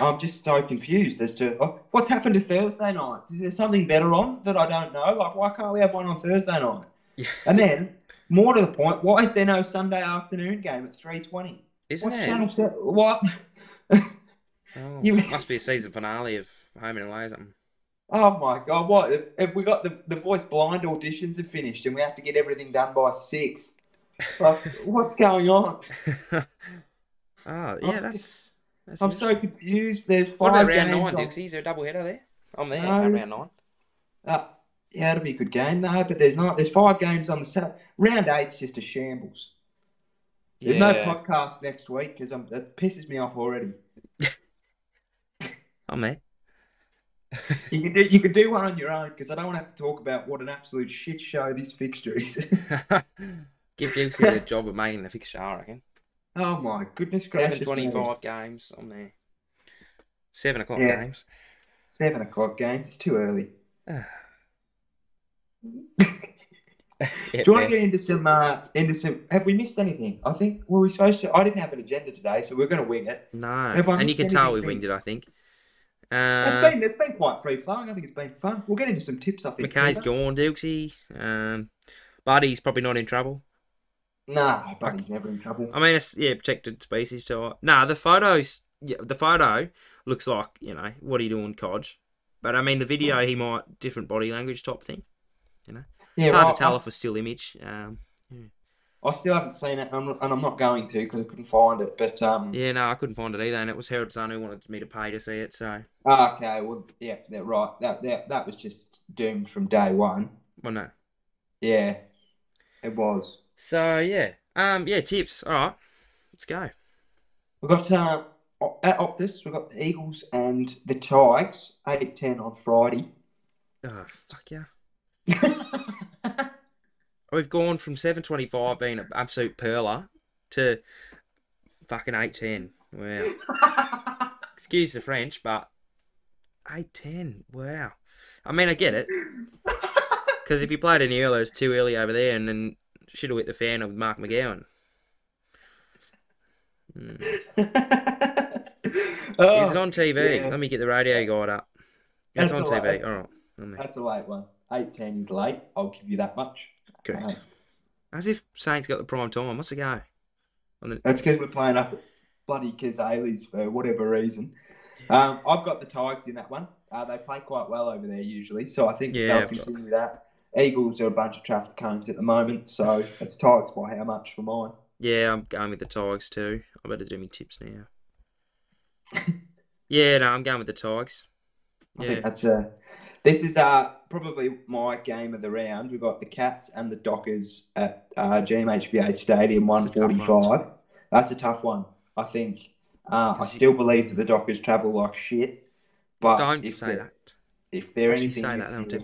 Speaker 3: I'm just so confused as to oh, what's happened to Thursday nights. Is there something better on that I don't know? Like, why can't we have one on Thursday night?
Speaker 4: Yeah.
Speaker 3: And then, more to the point, why is there no Sunday afternoon game at three twenty?
Speaker 4: Isn't
Speaker 3: What's
Speaker 4: it?
Speaker 3: channel set? What? [LAUGHS]
Speaker 4: Oh,
Speaker 3: You-
Speaker 4: must be a season finale of Home and Away or something. [LAUGHS]
Speaker 3: Oh my god! What if, if we got the the voice blind auditions are finished and we have to get everything done by six?
Speaker 4: [LAUGHS]
Speaker 3: Like, what's going on?
Speaker 4: oh yeah,
Speaker 3: just-
Speaker 4: that's. that's
Speaker 3: I'm so
Speaker 4: interesting.
Speaker 3: confused. There's five
Speaker 4: What about round
Speaker 3: games on-
Speaker 4: nine, Dixie? Is there a double header there? I'm there.
Speaker 3: No.
Speaker 4: at round nine.
Speaker 3: Uh, yeah, it'll be a good game though. But there's not. There's five games on the set. Round eight's just a shambles. There's
Speaker 4: Yeah.
Speaker 3: no podcast next week because that pisses me off already.
Speaker 4: I'm there. [LAUGHS]
Speaker 3: You can do you can do one on your own because I don't want to have to talk about what an absolute shit show this fixture is. [LAUGHS]
Speaker 4: Give Dixie the job of making the fixture, I reckon.
Speaker 3: oh my goodness
Speaker 4: Seven
Speaker 3: gracious!
Speaker 4: twenty-five games on there. Seven o'clock
Speaker 3: Yeah.
Speaker 4: games.
Speaker 3: Seven o'clock games. It's too early. Do you want to get into some uh, into some? Have we missed anything? I think were we supposed to? I didn't have an agenda today, so we're going to wing it.
Speaker 4: no,
Speaker 3: Have I
Speaker 4: and you can
Speaker 3: missed
Speaker 4: tell we've
Speaker 3: anything?
Speaker 4: winged it. I think.
Speaker 3: it's
Speaker 4: Uh,
Speaker 3: been it's been quite free flowing. I think it's been fun. We'll get into some tips. I think.
Speaker 4: McKay's
Speaker 3: Trevor.
Speaker 4: gone, Dukesy. Um, Buddy's probably not in trouble.
Speaker 3: Nah, but he's never in trouble.
Speaker 4: I mean, it's yeah, protected species. So nah, the photos, yeah, the photo looks like you know what are you doing, Codge? But I mean, the video he might different body language type thing.
Speaker 3: yeah,
Speaker 4: It's hard
Speaker 3: well,
Speaker 4: to tell
Speaker 3: I,
Speaker 4: if it's still image. Um,
Speaker 3: I still haven't seen it, and I'm, and I'm not going to because I couldn't find it. But um,
Speaker 4: yeah, no, I couldn't find it either, and it was Herod Sun who wanted me to pay to see it. So
Speaker 3: ah, okay, well, yeah, they're right. That that that was just doomed from day one.
Speaker 4: well, no.
Speaker 3: Yeah, it was.
Speaker 4: So yeah, um, yeah, tips. All right, let's go.
Speaker 3: We've got uh, O- at Optus. We've got the Eagles and the Tigers eight ten on Friday.
Speaker 4: Oh fuck yeah!
Speaker 3: [LAUGHS]
Speaker 4: We've gone from seven twenty five being an absolute perler to fucking eight ten.
Speaker 3: [LAUGHS]
Speaker 4: Wow. Excuse the French, but eight ten. Wow. I mean, I get it because if you played any earlier, it's too early over there, and then should have hit the fan of Mark McGowan. Hmm. Is it on TV?
Speaker 3: Oh, yeah.
Speaker 4: Let me get the radio guide up.
Speaker 3: That's
Speaker 4: It's on
Speaker 3: all
Speaker 4: TV.
Speaker 3: right.
Speaker 4: All right. I'm there.
Speaker 3: That's a late one. Eight ten is late. I'll give you that much.
Speaker 4: Correct.
Speaker 3: Uh,
Speaker 4: As if Saints got the prime time. What's the go? On the
Speaker 3: That's because we're playing up at bloody Kazali's for whatever reason. Um, I've got the Tigers in that one. Uh, they play quite well over there usually, so I think
Speaker 4: Yeah,
Speaker 3: they'll
Speaker 4: I've got-
Speaker 3: continue that. Eagles are a bunch of traffic cones at the moment,
Speaker 4: [LAUGHS]
Speaker 3: so it's Tigers by how much for mine.
Speaker 4: yeah, I'm going with the Tigers too. I better do me tips now.
Speaker 3: [LAUGHS]
Speaker 4: yeah, no, I'm going with the Tigers.
Speaker 3: I
Speaker 4: Yeah.
Speaker 3: think that's a. This is uh, probably my game of the round. We've got the Cats and the Dockers at uh, GMHBA Stadium, one
Speaker 4: That's a tough
Speaker 3: forty-five. That's a tough one. I think. Uh, I
Speaker 4: Does he-
Speaker 3: still believe that the Dockers travel like shit, but
Speaker 4: Don't
Speaker 3: if
Speaker 4: say
Speaker 3: they're-
Speaker 4: that.
Speaker 3: If they're
Speaker 4: Actually
Speaker 3: anything
Speaker 4: say
Speaker 3: this
Speaker 4: that,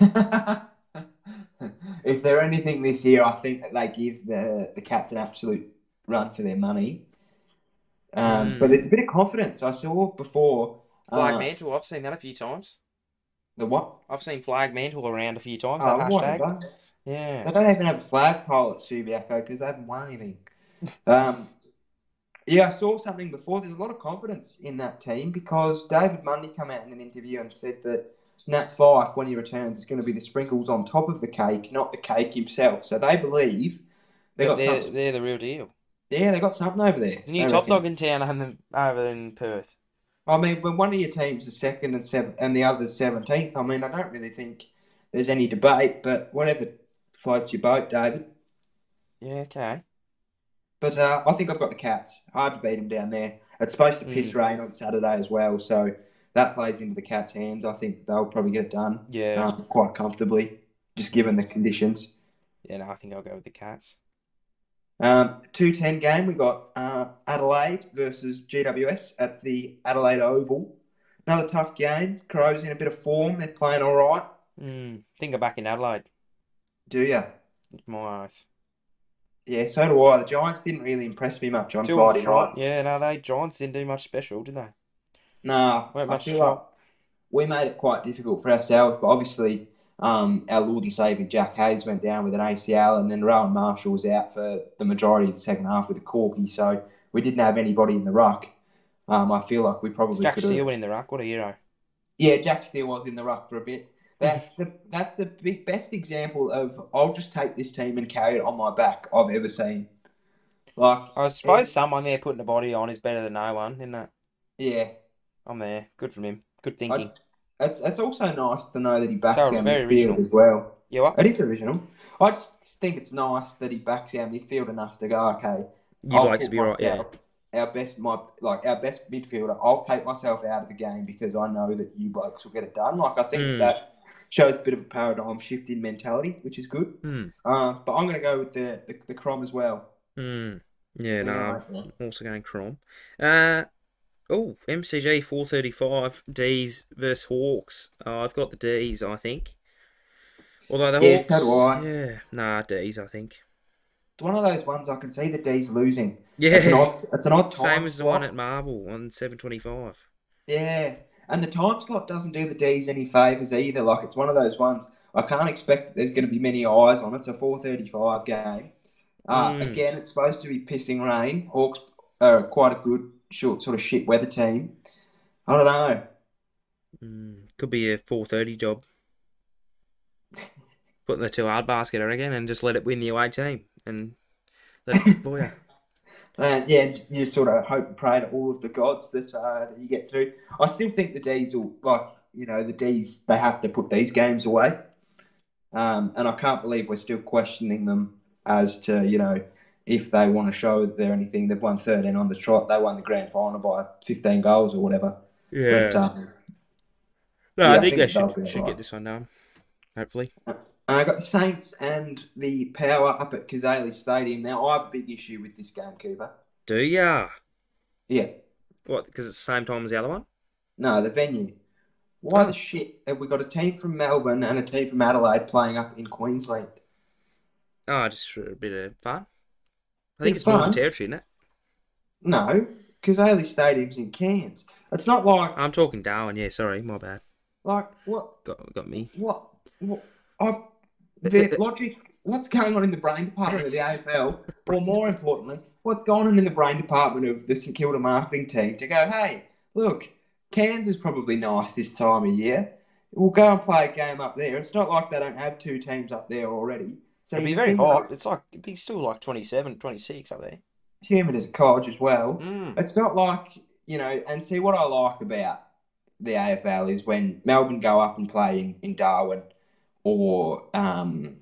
Speaker 4: I'm
Speaker 3: year- [LAUGHS] if they're anything this year, I think that they give the the Cats an absolute run for their money. Um,
Speaker 4: Mm.
Speaker 3: But there's a bit of confidence. I saw before.
Speaker 4: Flag
Speaker 3: uh,
Speaker 4: mantle. I've seen that a few times.
Speaker 3: The what?
Speaker 4: I've seen flag mantle around a few times.
Speaker 3: Oh,
Speaker 4: that hashtag.
Speaker 3: whatever.
Speaker 4: Yeah.
Speaker 3: They don't even have a flag pole at Subiaco because they haven't won anything. Um, yeah, I saw something before. There's a lot of confidence in that team because David Mundy came out in an interview and said that Nat Fife, when he returns, is going to be the sprinkles on top of the cake, not the cake himself. So they believe they
Speaker 4: But
Speaker 3: got
Speaker 4: They're,
Speaker 3: something.
Speaker 4: they're the real deal.
Speaker 3: Yeah, they got something over there.
Speaker 4: There's a new
Speaker 3: they
Speaker 4: top
Speaker 3: reckon.
Speaker 4: dog in town and over in Perth.
Speaker 3: I mean, when one of your teams is second and seven, and the other's seventeenth, I mean, I don't really think there's any debate. But whatever floats your boat, David.
Speaker 4: Yeah, okay.
Speaker 3: But uh, I think I've got the Cats. Hard to beat them down there. It's supposed to piss rain on Saturday as well, so that plays into the Cats' hands. I think they'll probably get it done
Speaker 4: Yeah.
Speaker 3: um, quite comfortably, just given the conditions.
Speaker 4: Yeah, no, I think I'll go with the Cats.
Speaker 3: Um, 210 game, we got uh, Adelaide versus GWS at the Adelaide Oval. Another tough game. Crows in a bit of form. They're playing all right.
Speaker 4: Mm, think I'm back in Adelaide.
Speaker 3: Do you?
Speaker 4: My eyes.
Speaker 3: Yeah, so do I. The Giants didn't really impress me much on
Speaker 4: Too
Speaker 3: Friday
Speaker 4: shot.
Speaker 3: night.
Speaker 4: Yeah, no, they Giants didn't do much special, did they?
Speaker 3: No,
Speaker 4: Weren't
Speaker 3: I
Speaker 4: much
Speaker 3: feel
Speaker 4: shot.
Speaker 3: like we made it quite difficult for ourselves, but obviously um, our Lord and Saviour Jack Hayes went down with an ACL, and then Rowan Marshall was out for the majority of the second half with a corky, so we didn't have anybody in the ruck. Um, I feel like we probably
Speaker 4: Jack
Speaker 3: could
Speaker 4: Steele
Speaker 3: have.
Speaker 4: winning the ruck. What a hero.
Speaker 3: Yeah, Jack Steele was in the ruck for a bit. That's the that's the big, best example of I'll just take this team and carry it on my back I've ever seen. Like,
Speaker 4: I suppose someone there putting a body on is better than no one, isn't it?
Speaker 3: yeah,
Speaker 4: I'm there. Good from him. Good thinking.
Speaker 3: it's it's also nice to know that he backs
Speaker 4: So,
Speaker 3: our
Speaker 4: very
Speaker 3: midfield
Speaker 4: original.
Speaker 3: as well.
Speaker 4: yeah, what?
Speaker 3: It is original. I just think it's nice that he backs our midfield enough to go, okay.
Speaker 4: You'd
Speaker 3: I'll
Speaker 4: like to
Speaker 3: put
Speaker 4: be right, yeah.
Speaker 3: myself- Our best, my like our best midfielder. I'll take myself out of the game because I know that you blokes will get it done. Like I think
Speaker 4: Mm.
Speaker 3: that shows a bit of a paradigm shift in mentality, which is good.
Speaker 4: Mm.
Speaker 3: Uh, but I'm going to go with the the, the Crom as well.
Speaker 4: Mm. Yeah, no,
Speaker 3: Yeah,
Speaker 4: I'm
Speaker 3: I think.
Speaker 4: also going Crom. Uh, oh, MCG 435, D's versus Hawks. Uh, I've got the D's, I think. Although the
Speaker 3: Yeah,
Speaker 4: Hawks.
Speaker 3: so do I.
Speaker 4: Yeah, nah, D's, I think.
Speaker 3: It's one of those ones I can see the D's losing. It's an
Speaker 4: Yeah,
Speaker 3: odd, it's an odd time
Speaker 4: [LAUGHS] same as the one
Speaker 3: slot.
Speaker 4: at Marvel on 725.
Speaker 3: Yeah, and the time slot doesn't do the D's any favors either. Like it's one of those ones I can't expect that there's going to be many eyes on. It's a four thirty-five game. Uh,
Speaker 4: Mm.
Speaker 3: Again, it's supposed to be pissing rain. Hawks are quite a good short sort of shit weather team. I don't know.
Speaker 4: Mm, could be a 430 [LAUGHS] job. Putting the two hard basket, I reckon, and just let it win the away team. And let [LAUGHS] it boy out.
Speaker 3: And yeah, you just sort of hope and pray to all of the gods that, uh, that you get through. I still think the D's will, like, you know, the D's, they have to put these games away. Um, and I can't believe we're still questioning them as to, you know, if they want to show that they're anything. They've won 13 on the trot. They won the grand final by 15 goals or whatever. But, um,
Speaker 4: no,
Speaker 3: yeah,
Speaker 4: I
Speaker 3: I
Speaker 4: think
Speaker 3: think
Speaker 4: they
Speaker 3: that'll be
Speaker 4: should, should
Speaker 3: alright.
Speaker 4: get this one done. Hopefully.
Speaker 3: I got the Saints and the Power up at Kazali Stadium. Now, I have a big issue with this game, Cooper.
Speaker 4: Do ya?
Speaker 3: Yeah.
Speaker 4: What? Because it's the same time as the other one?
Speaker 3: No, the venue. Why
Speaker 4: Oh.
Speaker 3: the shit have we got a team from Melbourne and a team from Adelaide playing up in Queensland?
Speaker 4: Oh, just for a bit of fun. I think
Speaker 3: It's
Speaker 4: it's Northern
Speaker 3: fun.
Speaker 4: Territory, isn't it?
Speaker 3: No, because Ailey Stadium's in Cairns. It's not like
Speaker 4: I'm talking Darwin. Yeah, sorry, my bad.
Speaker 3: like what
Speaker 4: Got got me.
Speaker 3: what what I've, the logic. What's going on in the brain department of the AFL, or more importantly, what's going on in the brain department of the St Kilda marketing team to go? Hey, look, Cairns is probably nice this time of year. We'll go and play a game up there. It's not like they don't have two teams up there already. So
Speaker 4: It'd be
Speaker 3: you'd
Speaker 4: very
Speaker 3: think
Speaker 4: hot. It's like, it'd be still like 27, 26 up there.
Speaker 3: human as a college as well.
Speaker 4: Mm.
Speaker 3: It's not like, you know, and see what I like about the AFL is when Melbourne go up and play in, in Darwin or, um,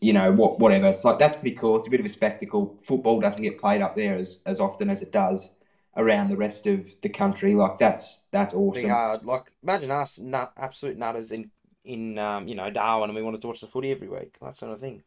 Speaker 3: you know, what, whatever. It's like, that's pretty cool. It's a bit of a spectacle. Football doesn't get played up there as, as often as it does around the rest of the country. Like, that's, that's
Speaker 4: be
Speaker 3: awesome.
Speaker 4: hard. Like, imagine us nut, absolute nutters in in um, you know Darwin, and we wanted to watch the footy every week. That sort of thing.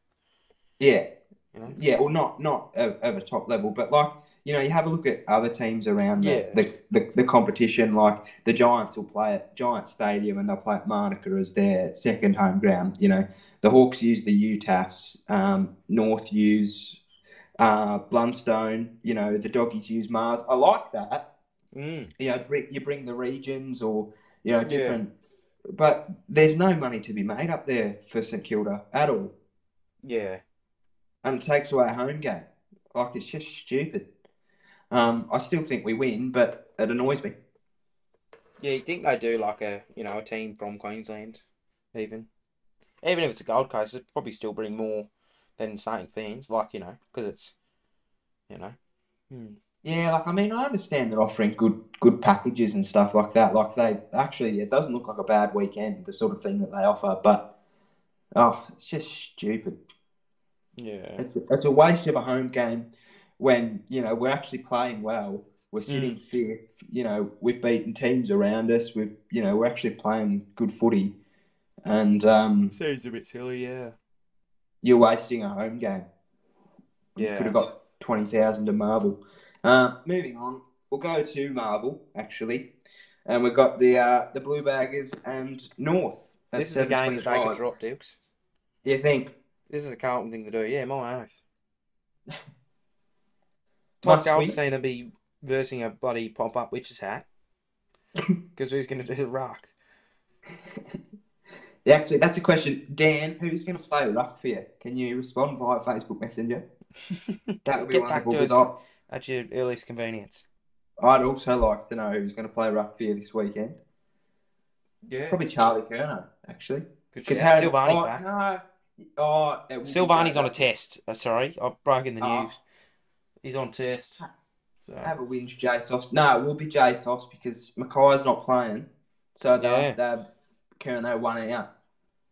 Speaker 3: Yeah.
Speaker 4: You know.
Speaker 3: Yeah, well, not not of, of a top level, but like you know, you have a look at other teams around the,
Speaker 4: Yeah.
Speaker 3: the, the, the competition. Like the Giants will play at Giants Stadium, and they'll play at Marnica as their second home ground. You know, the Hawks use the UTAS, um, North use uh, Blundstone. You know, the Doggies use Mars. I like that
Speaker 4: Mm.
Speaker 3: you know, bring, you bring the regions or you know
Speaker 4: Yeah.
Speaker 3: different. But there's no money to be made up there for St Kilda at all,
Speaker 4: Yeah.
Speaker 3: and it takes away a home game. Like it's just stupid. Um, I still think we win, but it annoys me.
Speaker 4: Yeah. You think they do like a you know a team from Queensland, even even if it's a Gold Coast, it'd probably still bring more than Saint fans. Like you know, because it's you know. Mm.
Speaker 3: Yeah, like I mean, I understand they're offering good good packages and stuff like that. Like they actually, it doesn't look like a bad weekend, the sort of thing that they offer. But oh, it's just stupid.
Speaker 4: Yeah.
Speaker 3: It's, it's a waste of a home game when you know we're actually playing well We're sitting fifth. You know, we've beaten teams around us. We've, you know, we're actually playing good footy, and um,
Speaker 5: Seems a bit silly, yeah.
Speaker 3: you're wasting a home game. You could have got twenty thousand to Marvel. Uh, moving on, we'll go to Marvel actually, and we've got the uh, the Blue Baggers and North. at
Speaker 4: This is a game that they could
Speaker 3: 7:25.
Speaker 4: drop, Dukes.
Speaker 3: You think?
Speaker 4: This is a Carlton thing to do. Yeah, my
Speaker 3: [LAUGHS]
Speaker 4: oath. Todd
Speaker 3: Must we-
Speaker 4: Goldstein to be versing a bloody pop up
Speaker 3: [LAUGHS]
Speaker 4: witch's hat. Because who's going to do the rock?
Speaker 3: Yeah, actually, that's a question. Dan, who's going to play ruck for you? Can you respond via Facebook
Speaker 4: [LAUGHS]
Speaker 3: Messenger? That would be
Speaker 4: Get back
Speaker 3: wonderful.
Speaker 4: to
Speaker 3: Because
Speaker 4: us at your earliest convenience.
Speaker 3: I'd also like to know who's going to play ruck for you this weekend.
Speaker 4: Yeah.
Speaker 3: Probably Charlie Kerner, actually.
Speaker 4: Because
Speaker 3: how-
Speaker 4: Silvani's
Speaker 3: oh,
Speaker 4: back.
Speaker 3: No, oh, it would be
Speaker 4: Silvani's
Speaker 3: great.
Speaker 4: on a test. Uh, sorry, I've broken the
Speaker 3: Oh.
Speaker 4: news. He's on test.
Speaker 3: Ah.
Speaker 4: So
Speaker 3: Have a whinge, Jay Sauce. No, it will be Jay Sauce because Mackay's not playing. So they'll
Speaker 4: Yeah.
Speaker 3: have to have Kerner one out.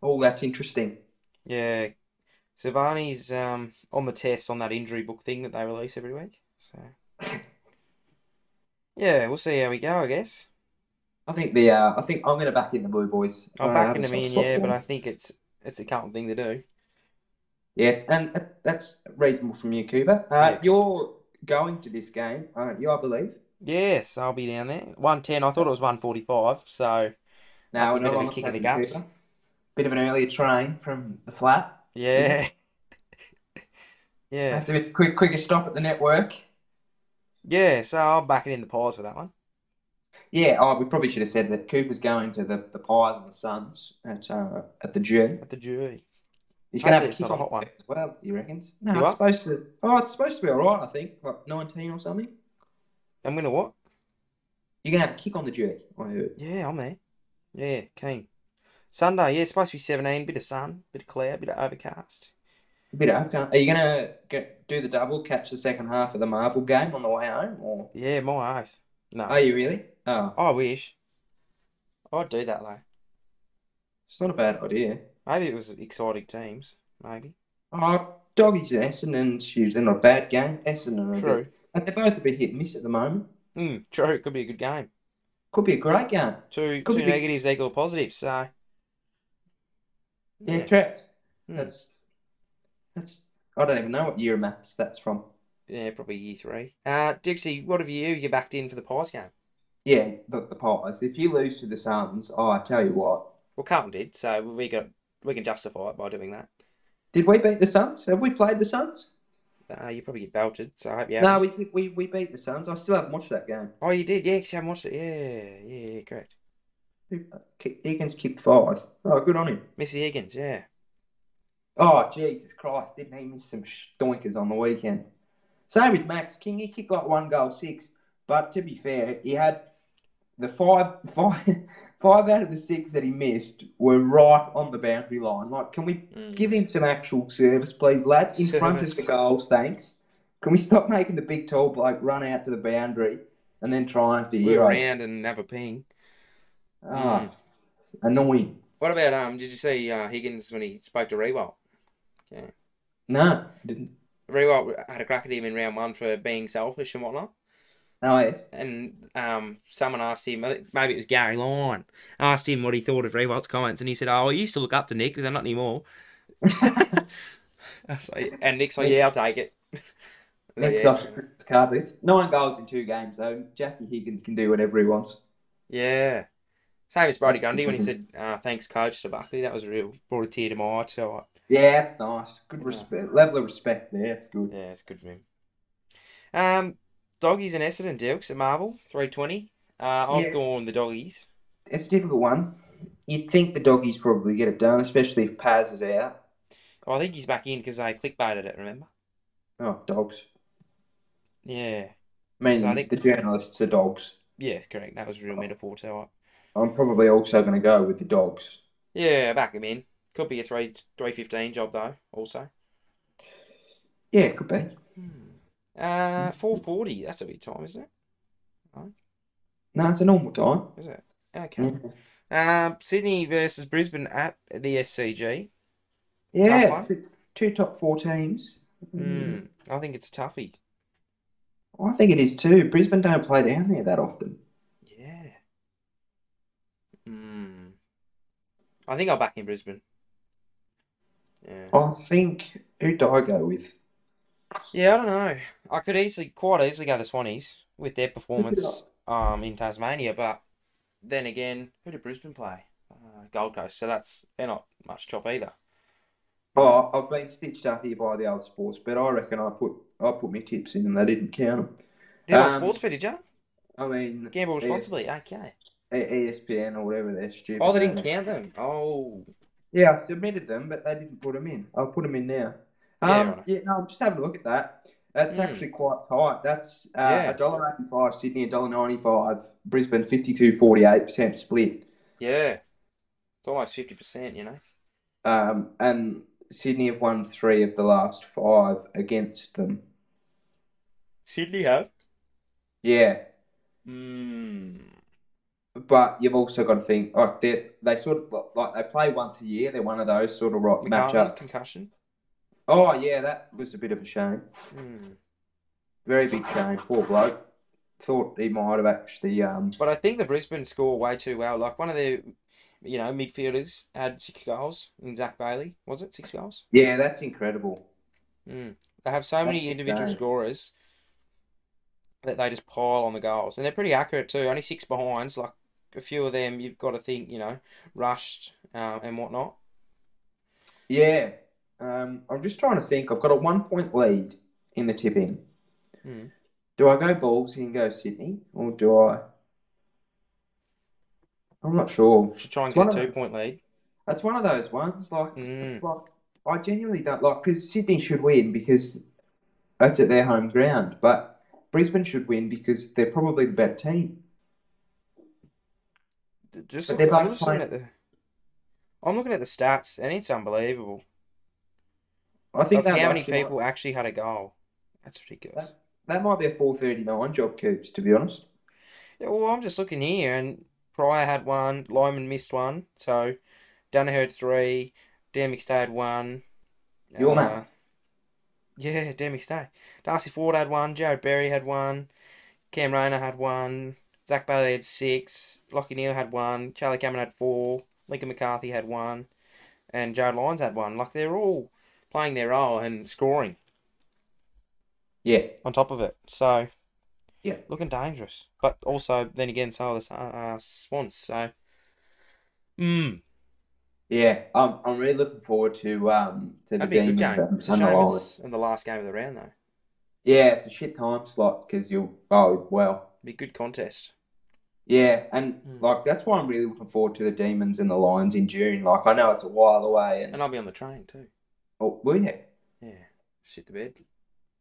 Speaker 3: Oh, that's interesting.
Speaker 4: yeah, Silvani's um on the test on that injury book thing that they release every week.
Speaker 3: [LAUGHS]
Speaker 4: So yeah, we'll see how we go. I guess
Speaker 3: I think the uh, I think I'm going to back in the Blue Boys. I
Speaker 4: I'm
Speaker 3: don't have
Speaker 4: backing
Speaker 3: a
Speaker 4: him in,
Speaker 3: soft spot
Speaker 4: yeah,
Speaker 3: for
Speaker 4: but
Speaker 3: them.
Speaker 4: I think it's it's a current thing to do.
Speaker 3: Yeah, it's- and that- that's reasonable from you, Cooper. Uh,
Speaker 4: Yeah.
Speaker 3: You're going to this game, aren't you? I believe.
Speaker 4: Yes, I'll be down there. One ten. I thought it was one forty five. So That's
Speaker 3: No,
Speaker 4: a bit of a
Speaker 3: longer
Speaker 4: kick in the
Speaker 3: playing,
Speaker 4: guts.
Speaker 3: Cooper. Bit of an earlier train from the flat.
Speaker 4: yeah, [LAUGHS] yeah,
Speaker 3: Have to be quick, quicker stop at the network.
Speaker 4: yeah. So I'll back it in the pause for that one.
Speaker 3: Yeah, oh, we probably should have said that Cooper's going to the, the Pies and the Suns at uh, at the G.
Speaker 4: At the jury.
Speaker 3: He's going to
Speaker 4: Hopefully
Speaker 3: have a
Speaker 4: it's not
Speaker 3: kick-off
Speaker 4: a hot one.
Speaker 3: as well. You reckon? No,
Speaker 4: You
Speaker 3: it's
Speaker 4: what?
Speaker 3: supposed to. Oh, it's supposed to be all right. I think like nineteen or something.
Speaker 4: I'm gonna what?
Speaker 3: You're going to have a kick on the G. I heard.
Speaker 4: Yeah, I'm there. Yeah, keen. Sunday, yeah, it's supposed to be 17. Bit of sun, bit of cloud, bit of overcast.
Speaker 3: A bit of Are you going to do the double, catch the second half of the Marvel game on the way home, or
Speaker 4: Yeah, my oath. No,
Speaker 3: are you really? Oh,
Speaker 4: I wish. I'd do that though.
Speaker 3: it's not a bad idea.
Speaker 4: Maybe it was exciting teams. Maybe.
Speaker 3: Oh, doggies and Essendon's usually not a bad game. Essendon, are a
Speaker 4: True.
Speaker 3: bit- and they're both a bit hit and miss at the moment.
Speaker 4: Mm, true. It could be a good game.
Speaker 3: Could be a great game.
Speaker 4: Two
Speaker 3: Could
Speaker 4: two
Speaker 3: be-
Speaker 4: negatives equal a positive. So.
Speaker 3: Yeah, correct.
Speaker 4: Hmm.
Speaker 3: That's that's. I don't even know what year of maths that's from.
Speaker 4: Yeah, probably year three. Uh, Dixie, what of you? You backed in for the Pies game.
Speaker 3: Yeah, the, the Pies. If you lose to the Suns, oh, I tell you what.
Speaker 4: Well, Carlton did, so we got we can justify it by doing that.
Speaker 3: Did we beat the Suns? Have we played the Suns?
Speaker 4: Uh, you probably get belted, so I hope you.
Speaker 3: No,
Speaker 4: haven't.
Speaker 3: we, we we beat the Suns. I still haven't watched that game.
Speaker 4: Oh, you did. Yeah, 'cause you haven't watched it. Yeah, yeah, yeah, correct.
Speaker 3: Kick- Higgins kicked five. Oh, good on him.
Speaker 4: Missy Higgins, yeah.
Speaker 3: Oh, Jesus Christ. Didn't he miss some stoinkers on the weekend? Same with Max King. He kicked like one goal, six. But to be fair, he had the five, [LAUGHS] five, five out of the six that he missed were right on the boundary line. Like, can we give him some actual service, please, lads? In front of
Speaker 4: Service.
Speaker 3: the goals, thanks. Can we stop making the big tall bloke run out to the boundary and then try after
Speaker 4: Move
Speaker 3: hero?
Speaker 4: around and have a ping.
Speaker 3: Ah, annoying.
Speaker 4: What about um? Did you see uh, Higgins when he spoke to Rewalt?
Speaker 3: No, didn't.
Speaker 4: Rewalt had a crack at him in round one for being selfish and whatnot.
Speaker 3: Oh,
Speaker 4: [LAUGHS]
Speaker 3: yes.
Speaker 4: And um, someone asked him, I think maybe it was Gary Lyon, asked him what he thought of Rewalt's comments, and he said, "Oh, I used to look up to Nick, but not anymore." [LAUGHS] I was like- and Nick's like, "Yeah, I'll take it." [LAUGHS]
Speaker 3: Next
Speaker 4: yeah,
Speaker 3: off his card list. Nine goals in two games, though. Jackie Higgins can do whatever he wants.
Speaker 4: Yeah. Same as Brody Grundy when he said, uh, thanks, coach, to Buckley. That was real. Brought a tear to my eye. So,
Speaker 3: Yeah, that's nice. Good
Speaker 4: Yeah.
Speaker 3: respect, level of respect there. That's good.
Speaker 4: yeah, it's good for him. Um, doggies and Essendon Dukes at Marvel, 320. Uh, I've
Speaker 3: Yeah.
Speaker 4: gone the doggies.
Speaker 3: It's a difficult one. You'd think the doggies probably get it done, especially if Paz is out.
Speaker 4: Oh, I think he's back in because they clickbaited it, remember?
Speaker 3: Oh, dogs.
Speaker 4: Yeah.
Speaker 3: I mean,
Speaker 4: So I think-
Speaker 3: the journalists are dogs.
Speaker 4: Yes, correct. That was a real metaphor to it.
Speaker 3: I'm probably also going to go with the dogs.
Speaker 4: Yeah, back him in. Could be a 3 315 job, though, also.
Speaker 3: Yeah, it could be.
Speaker 4: Uh, 440. That's a big time, isn't it?
Speaker 3: No, it's a normal time.
Speaker 4: Is it? Okay. Um, Sydney versus Brisbane at the SCG.
Speaker 3: Yeah,
Speaker 4: Tough one.
Speaker 3: two, two top four teams.
Speaker 4: Hmm. Mm, I think it's a toughie.
Speaker 3: I think it is too. Brisbane don't play down there that often.
Speaker 4: Yeah. Mm. I think I'll back in Brisbane. Yeah.
Speaker 3: I think who do I go with?
Speaker 4: Yeah, I don't know. I could easily, quite easily go the Swannies with their performance um, in Tasmania, but then again, who did Brisbane play? Uh, Gold Coast. So that's they're not much chop either.
Speaker 3: Oh, I've been stitched up here by the old sports, but I reckon I put I put my tips in and they didn't count them.
Speaker 4: Did
Speaker 3: Um,
Speaker 4: um, sports bet, did you?
Speaker 3: I mean,
Speaker 4: Gamble
Speaker 3: yeah.
Speaker 4: responsibly. Okay.
Speaker 3: E- ESPN or whatever they're stupid.
Speaker 4: Oh, they didn't
Speaker 3: don't
Speaker 4: count them. Oh.
Speaker 3: Yeah, I submitted them, but they didn't put them in. I'll put them in now.
Speaker 4: Yeah,
Speaker 3: Um,
Speaker 4: right.
Speaker 3: yeah, no, I'm just having a look at that. That's
Speaker 4: Mm.
Speaker 3: actually quite tight. That's
Speaker 4: Yeah.
Speaker 3: uh, $1.85 Sydney, $1.95 Brisbane, 52 48% split.
Speaker 4: Yeah. It's almost 50%, you know?
Speaker 3: Um, and Sydney have won three of the last five against them.
Speaker 4: Sydney have.
Speaker 3: Yeah,
Speaker 4: Mm.
Speaker 3: but you've also got to think like they they sort of like they play once a year. They're one of those sort of right match
Speaker 4: McCartney,
Speaker 3: up.
Speaker 4: concussion.
Speaker 3: Oh yeah, that was a bit of a shame.
Speaker 4: Mm.
Speaker 3: Very big shame. Poor bloke. Thought he might have actually um
Speaker 4: But I think the Brisbane score way too well. Like one of their, you know, midfielders had six goals in Zach Bailey. Was it six goals?
Speaker 3: Yeah, that's incredible.
Speaker 4: Mm. They have so many
Speaker 3: That's
Speaker 4: individual
Speaker 3: insane.
Speaker 4: scorers that they just pile on the goals, and they're pretty accurate too. Only six behinds, like a few of them, you've got to think, you know, rushed um, and whatnot.
Speaker 3: Yeah. Um, I'm just trying to think. I've got a one point lead in the tipping.
Speaker 4: Hmm.
Speaker 3: Do I go balls and go Sydney, or do I? I'm not sure.
Speaker 4: Should try and
Speaker 3: It's
Speaker 4: get
Speaker 3: one
Speaker 4: a
Speaker 3: of the-
Speaker 4: two point lead.
Speaker 3: That's one of those ones. Like,
Speaker 4: Mm.
Speaker 3: it's like I genuinely don't like because Sydney should win because that's at their home ground, but Brisbane should win because they're probably the better team.
Speaker 4: Just
Speaker 3: But
Speaker 4: look-
Speaker 3: they're
Speaker 4: I'm
Speaker 3: both
Speaker 4: just looking
Speaker 3: playing-
Speaker 4: at the. I'm looking at the stats, and it's unbelievable.
Speaker 3: I think
Speaker 4: Of
Speaker 3: that
Speaker 4: how many
Speaker 3: actually might-
Speaker 4: people actually had a goal? That's ridiculous.
Speaker 3: that might be a 4:39 job, Coops. To be honest.
Speaker 4: Yeah, well, I'm just looking here, and Pryor had one, Lyman missed one, so Danaher had three, Dan McStay had one.
Speaker 3: Your man.
Speaker 4: uh, Yeah, Dan McStay. Darcy Ford had one, Jared Berry had one, Cam Rayner had one, Zach Bailey had six, Lockie Neal had one, Charlie Cameron had four, Lincoln McCarthy had one, and Jared Lyons had one. Like, they're all playing their role and scoring
Speaker 3: Yeah.
Speaker 4: on top of it, so.
Speaker 3: Yeah.
Speaker 4: Looking dangerous. But also, then again, so are the uh, Swans, so. Mm.
Speaker 3: Yeah, I'm I'm really looking forward to um to the
Speaker 4: That'd be a
Speaker 3: game
Speaker 4: good
Speaker 3: in,
Speaker 4: game.
Speaker 3: um,
Speaker 4: It's a
Speaker 3: Hunter
Speaker 4: shame
Speaker 3: Island.
Speaker 4: it's in the last game of the round, though.
Speaker 3: Yeah, it's a shit time slot because you'll oh well.
Speaker 4: Be a good contest.
Speaker 3: Yeah, and
Speaker 4: Mm.
Speaker 3: like that's why I'm really looking forward to the Demons and the Lions in June. Like I know it's a while away, and
Speaker 4: And I'll be on the train, too.
Speaker 3: oh, well, yeah.
Speaker 4: Yeah. Shit the bed.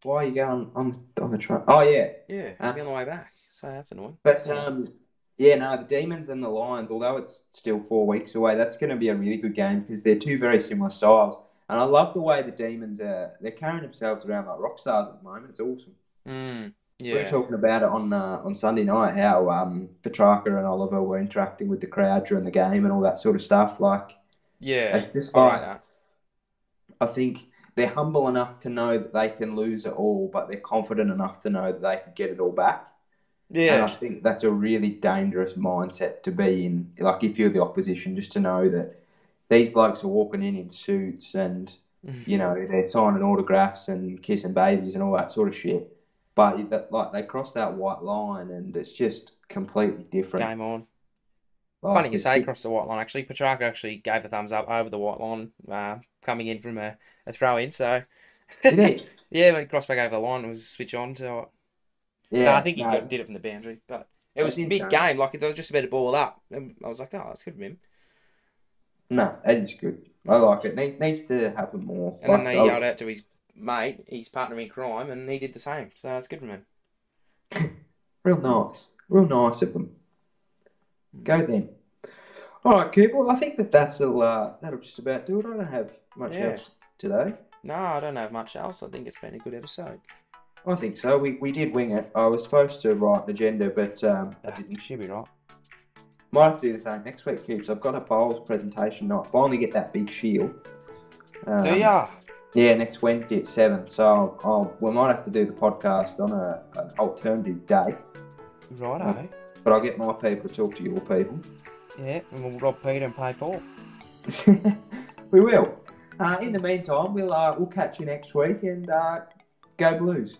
Speaker 3: Why are you going on on the train? Oh yeah,
Speaker 4: Yeah.
Speaker 3: Huh?
Speaker 4: I'll be on the way back. So that's annoying.
Speaker 3: but um, yeah, no, the Demons and the Lions. Although it's still four weeks away, that's going to be a really good game because they're two very similar styles, and I love the way the Demons are. They're carrying themselves around like rock stars at the moment. It's awesome.
Speaker 4: Mm.
Speaker 3: We
Speaker 4: Yeah.
Speaker 3: were talking about it on uh, on Sunday night how um, Petrarca and Oliver were interacting with the crowd during the game and all that sort of stuff. Like,
Speaker 4: Yeah.
Speaker 3: Like this
Speaker 4: I like
Speaker 3: guy.
Speaker 4: that.
Speaker 3: I think they're humble enough to know that they can lose it all, but they're confident enough to know that they can get it all back. And I
Speaker 4: Yeah.
Speaker 3: think that's a really dangerous mindset to be in. Like, if you're the opposition, just to know that these blokes are walking in in suits
Speaker 4: [LAUGHS]
Speaker 3: and you know they're signing autographs and kissing babies and all that sort of shit. But that, like they cross that white line, and it's just completely different.
Speaker 4: Game on.
Speaker 3: Like,
Speaker 4: Funny you
Speaker 3: Oh, it's
Speaker 4: say
Speaker 3: just-
Speaker 4: across the white line, actually. Petrarca actually gave a thumbs up over the white line uh, coming in from a, a throw in, so.
Speaker 3: Did he?
Speaker 4: [LAUGHS] Yeah, when it crossed back over the line, it was a switch on to it.
Speaker 3: Yeah,
Speaker 4: no, I think he
Speaker 3: no,
Speaker 4: got, did it from the boundary, but it was
Speaker 3: That's
Speaker 4: a big
Speaker 3: insane.
Speaker 4: game. Like they were just about to ball up, and I was like, "Oh, that's good of him."
Speaker 3: No, it is good. I like it. Need, needs to happen more.
Speaker 4: And then
Speaker 3: Like,
Speaker 4: they
Speaker 3: I was-
Speaker 4: yelled out to his mate, his partner in crime, and he did the same. So that's good of him.
Speaker 3: Real nice. Real nice of them.
Speaker 4: Hmm.
Speaker 3: Go then. All right, Cooper. Well, I think that that'll uh, that'll just about do it. I don't have much
Speaker 4: Yeah.
Speaker 3: else today.
Speaker 4: No, I don't have much else. I think it's been a good episode.
Speaker 3: I think so. We, we did wing it. I was supposed to write an agenda, but um, I didn't.
Speaker 4: should be right.
Speaker 3: Might have to do the same next week, Coops. I've got a bowls presentation night. Finally, get that big shield. Um,
Speaker 4: Do ya?
Speaker 3: Yeah, next Wednesday at seven. So um, we might have to do the podcast on a, an alternative date.
Speaker 4: Righto.
Speaker 3: But I'll get my people to talk to your people.
Speaker 4: Yeah, and we'll rob Peter and pay Paul.
Speaker 3: [LAUGHS] we will. Uh, in the meantime, we'll uh, we'll catch you next week and uh, go Blues.